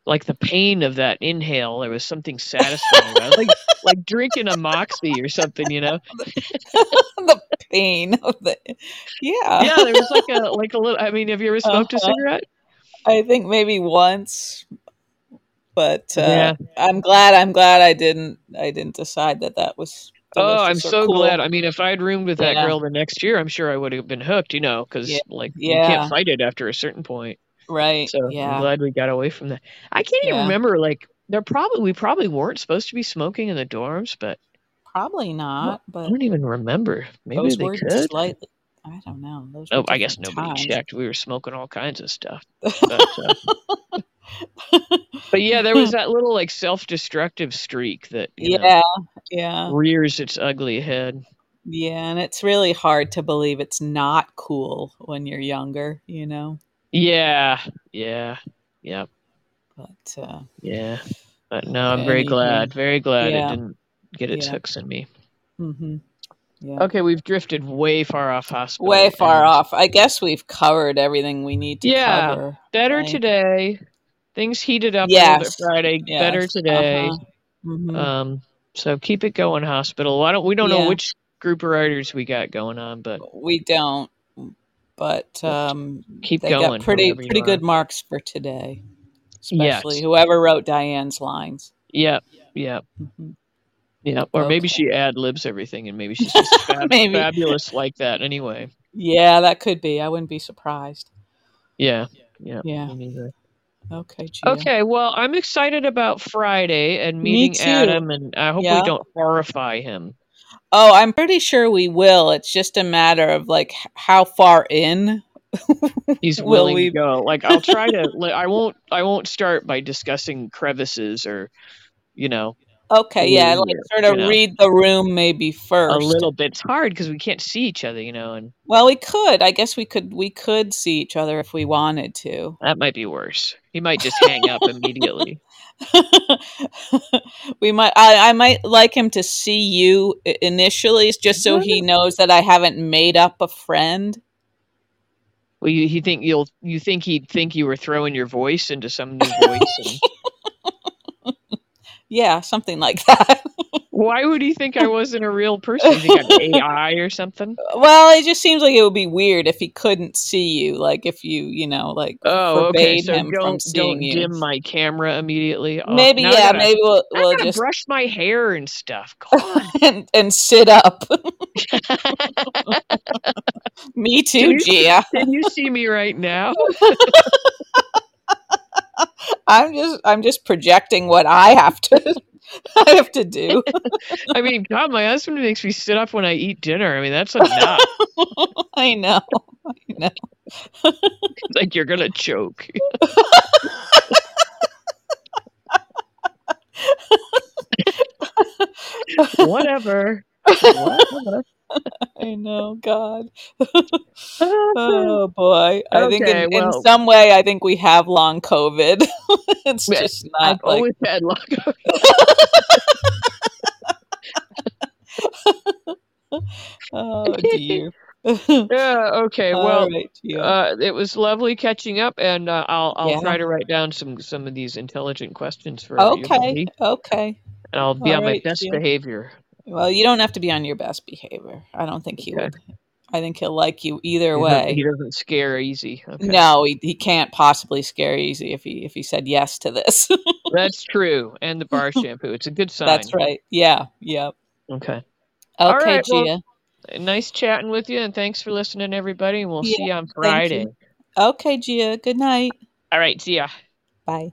Speaker 2: like the pain of that inhale. There was something satisfying, about it. like like drinking a moxie or something. You know,
Speaker 1: the pain of the Yeah.
Speaker 2: yeah, there was like a like a little. I mean, have you ever smoked a
Speaker 1: Oh. Uh-huh.
Speaker 2: cigarette?
Speaker 1: I think maybe once, but uh,
Speaker 2: Yeah.
Speaker 1: I'm glad. I'm glad I didn't. I didn't decide that that was.
Speaker 2: Oh, I'm
Speaker 1: delicious or
Speaker 2: so
Speaker 1: cool.
Speaker 2: glad. I mean, if I'd roomed with that
Speaker 1: Yeah.
Speaker 2: girl the next year, I'm sure I would have been hooked, you know, because
Speaker 1: Yeah.
Speaker 2: like you
Speaker 1: Yeah.
Speaker 2: can't fight it after a certain point.
Speaker 1: Right.
Speaker 2: So I'm
Speaker 1: yeah.
Speaker 2: glad we got away from that. I can't even
Speaker 1: Yeah.
Speaker 2: remember. Like, there probably we probably weren't supposed to be smoking in the dorms, but
Speaker 1: Probably not.
Speaker 2: I
Speaker 1: But
Speaker 2: don't even remember. Maybe
Speaker 1: those
Speaker 2: they
Speaker 1: were
Speaker 2: could.
Speaker 1: slightly. I don't know. Those.
Speaker 2: Oh,
Speaker 1: were
Speaker 2: I guess
Speaker 1: different
Speaker 2: nobody
Speaker 1: times.
Speaker 2: checked. We were smoking all kinds of stuff. But, uh, but yeah, there was that little like self-destructive streak that you know,
Speaker 1: Yeah. Yeah.
Speaker 2: rears its ugly head.
Speaker 1: Yeah. And it's really hard to believe it's not cool when you're younger. You know.
Speaker 2: Yeah, yeah, yeah.
Speaker 1: But uh,
Speaker 2: Yeah. But no, I'm very
Speaker 1: Anyway.
Speaker 2: glad. Very glad
Speaker 1: Yeah.
Speaker 2: it didn't get its
Speaker 1: Yeah.
Speaker 2: hooks in me.
Speaker 1: hmm yeah.
Speaker 2: Okay, we've drifted way far off hospital.
Speaker 1: Way far
Speaker 2: and
Speaker 1: off. I guess we've covered everything we need to
Speaker 2: Yeah.
Speaker 1: cover.
Speaker 2: Better
Speaker 1: Right.
Speaker 2: today. Things heated up a little bit
Speaker 1: Yes.
Speaker 2: Friday.
Speaker 1: Yes.
Speaker 2: Better today.
Speaker 1: Uh-huh. Mhm.
Speaker 2: Um, so keep it going, hospital. I don't. We don't
Speaker 1: Yeah.
Speaker 2: know which group of writers we got going on, but
Speaker 1: We don't, but
Speaker 2: Let's
Speaker 1: um,
Speaker 2: keep
Speaker 1: they
Speaker 2: going,
Speaker 1: got pretty
Speaker 2: whoever you
Speaker 1: pretty good
Speaker 2: are.
Speaker 1: marks for today,
Speaker 2: Yes.
Speaker 1: especially whoever wrote Diane's lines.
Speaker 2: yeah, yeah,
Speaker 1: Mhm.
Speaker 2: yeah. Or maybe
Speaker 1: Okay.
Speaker 2: she ad libs everything, and maybe she's just fab-
Speaker 1: Maybe.
Speaker 2: fabulous like that. Anyway,
Speaker 1: Yeah, that could be. I wouldn't be surprised.
Speaker 2: yeah, yeah.
Speaker 1: Yeah.
Speaker 2: me neither.
Speaker 1: Okay. Gia.
Speaker 2: Okay, well, I'm excited about Friday and
Speaker 1: Me
Speaker 2: meeting
Speaker 1: too.
Speaker 2: Adam, and I hope
Speaker 1: Yeah.
Speaker 2: we don't horrify him.
Speaker 1: Oh, I'm pretty sure we will. It's just a matter of like h- how far in.
Speaker 2: He's
Speaker 1: Will
Speaker 2: willing
Speaker 1: we-
Speaker 2: to go. Like I'll try to. li- I won't. I won't start by discussing crevices or, you know,
Speaker 1: Okay. Yeah.
Speaker 2: Ooh,
Speaker 1: Like sort of
Speaker 2: you know.
Speaker 1: read the room maybe first.
Speaker 2: a little bit. It's hard because we can't see each other, you know, and
Speaker 1: Well, we could. I guess we could. We could see each other if we wanted to.
Speaker 2: that might be worse. He might just hang up immediately.
Speaker 1: we might. I, I might like him to see you i- initially, just so he knows that I haven't made up a friend.
Speaker 2: Well, you, he think you'll. You think he'd think you were throwing your voice into some new voice. And
Speaker 1: Yeah, something like that.
Speaker 2: why would he think I wasn't a real person? You think I'm AI or something?
Speaker 1: well, it just seems like it would be weird if he couldn't see you. Like if you, you know, like
Speaker 2: Oh, okay.
Speaker 1: forbade
Speaker 2: So
Speaker 1: him from
Speaker 2: don't
Speaker 1: seeing
Speaker 2: don't
Speaker 1: you.
Speaker 2: dim my camera immediately. Oh,
Speaker 1: maybe
Speaker 2: now I
Speaker 1: yeah.
Speaker 2: gotta-
Speaker 1: Maybe we'll
Speaker 2: now I
Speaker 1: we'll
Speaker 2: gotta
Speaker 1: just
Speaker 2: brush my hair and stuff. God.
Speaker 1: and, and sit up. Me too,
Speaker 2: you-
Speaker 1: Gia.
Speaker 2: Can you see me right now?
Speaker 1: I'm just I'm just projecting what I have to I have to do.
Speaker 2: I mean, God, my husband makes me sit up when I eat dinner. I mean, that's enough.
Speaker 1: I know.
Speaker 2: It's like you're gonna choke. Whatever. Whatever.
Speaker 1: I know, God. oh boy. I think
Speaker 2: Okay,
Speaker 1: in,
Speaker 2: well-
Speaker 1: in some way I think we have long COVID. it's
Speaker 2: Yeah,
Speaker 1: just not
Speaker 2: I've
Speaker 1: like
Speaker 2: always had luck.
Speaker 1: oh dear. All
Speaker 2: yeah. Okay. Well,
Speaker 1: right, Gia.
Speaker 2: uh, it was lovely catching up, and uh, I'll I'll
Speaker 1: Yeah.
Speaker 2: try to write down some some of these intelligent questions for
Speaker 1: okay.
Speaker 2: everybody,
Speaker 1: Okay.
Speaker 2: and I'll be
Speaker 1: All
Speaker 2: on
Speaker 1: right,
Speaker 2: my best
Speaker 1: Jim.
Speaker 2: behavior.
Speaker 1: Well, you don't have to be on your best behavior. I don't think he
Speaker 2: Okay.
Speaker 1: would. I think he'll like you either
Speaker 2: He
Speaker 1: way.
Speaker 2: doesn't- He doesn't scare easy. Okay.
Speaker 1: No, he, he can't possibly scare easy if he if he said yes to this.
Speaker 2: That's true. And the bar shampoo. It's a good sign.
Speaker 1: That's right. Yeah. Yep.
Speaker 2: Okay.
Speaker 1: Okay,
Speaker 2: right, well,
Speaker 1: Gia.
Speaker 2: Nice chatting with you, and thanks for listening, everybody. And we'll
Speaker 1: Yeah,
Speaker 2: see you on
Speaker 1: you.
Speaker 2: Friday.
Speaker 1: Okay, Gia. Good night.
Speaker 2: All right. See ya.
Speaker 1: Bye.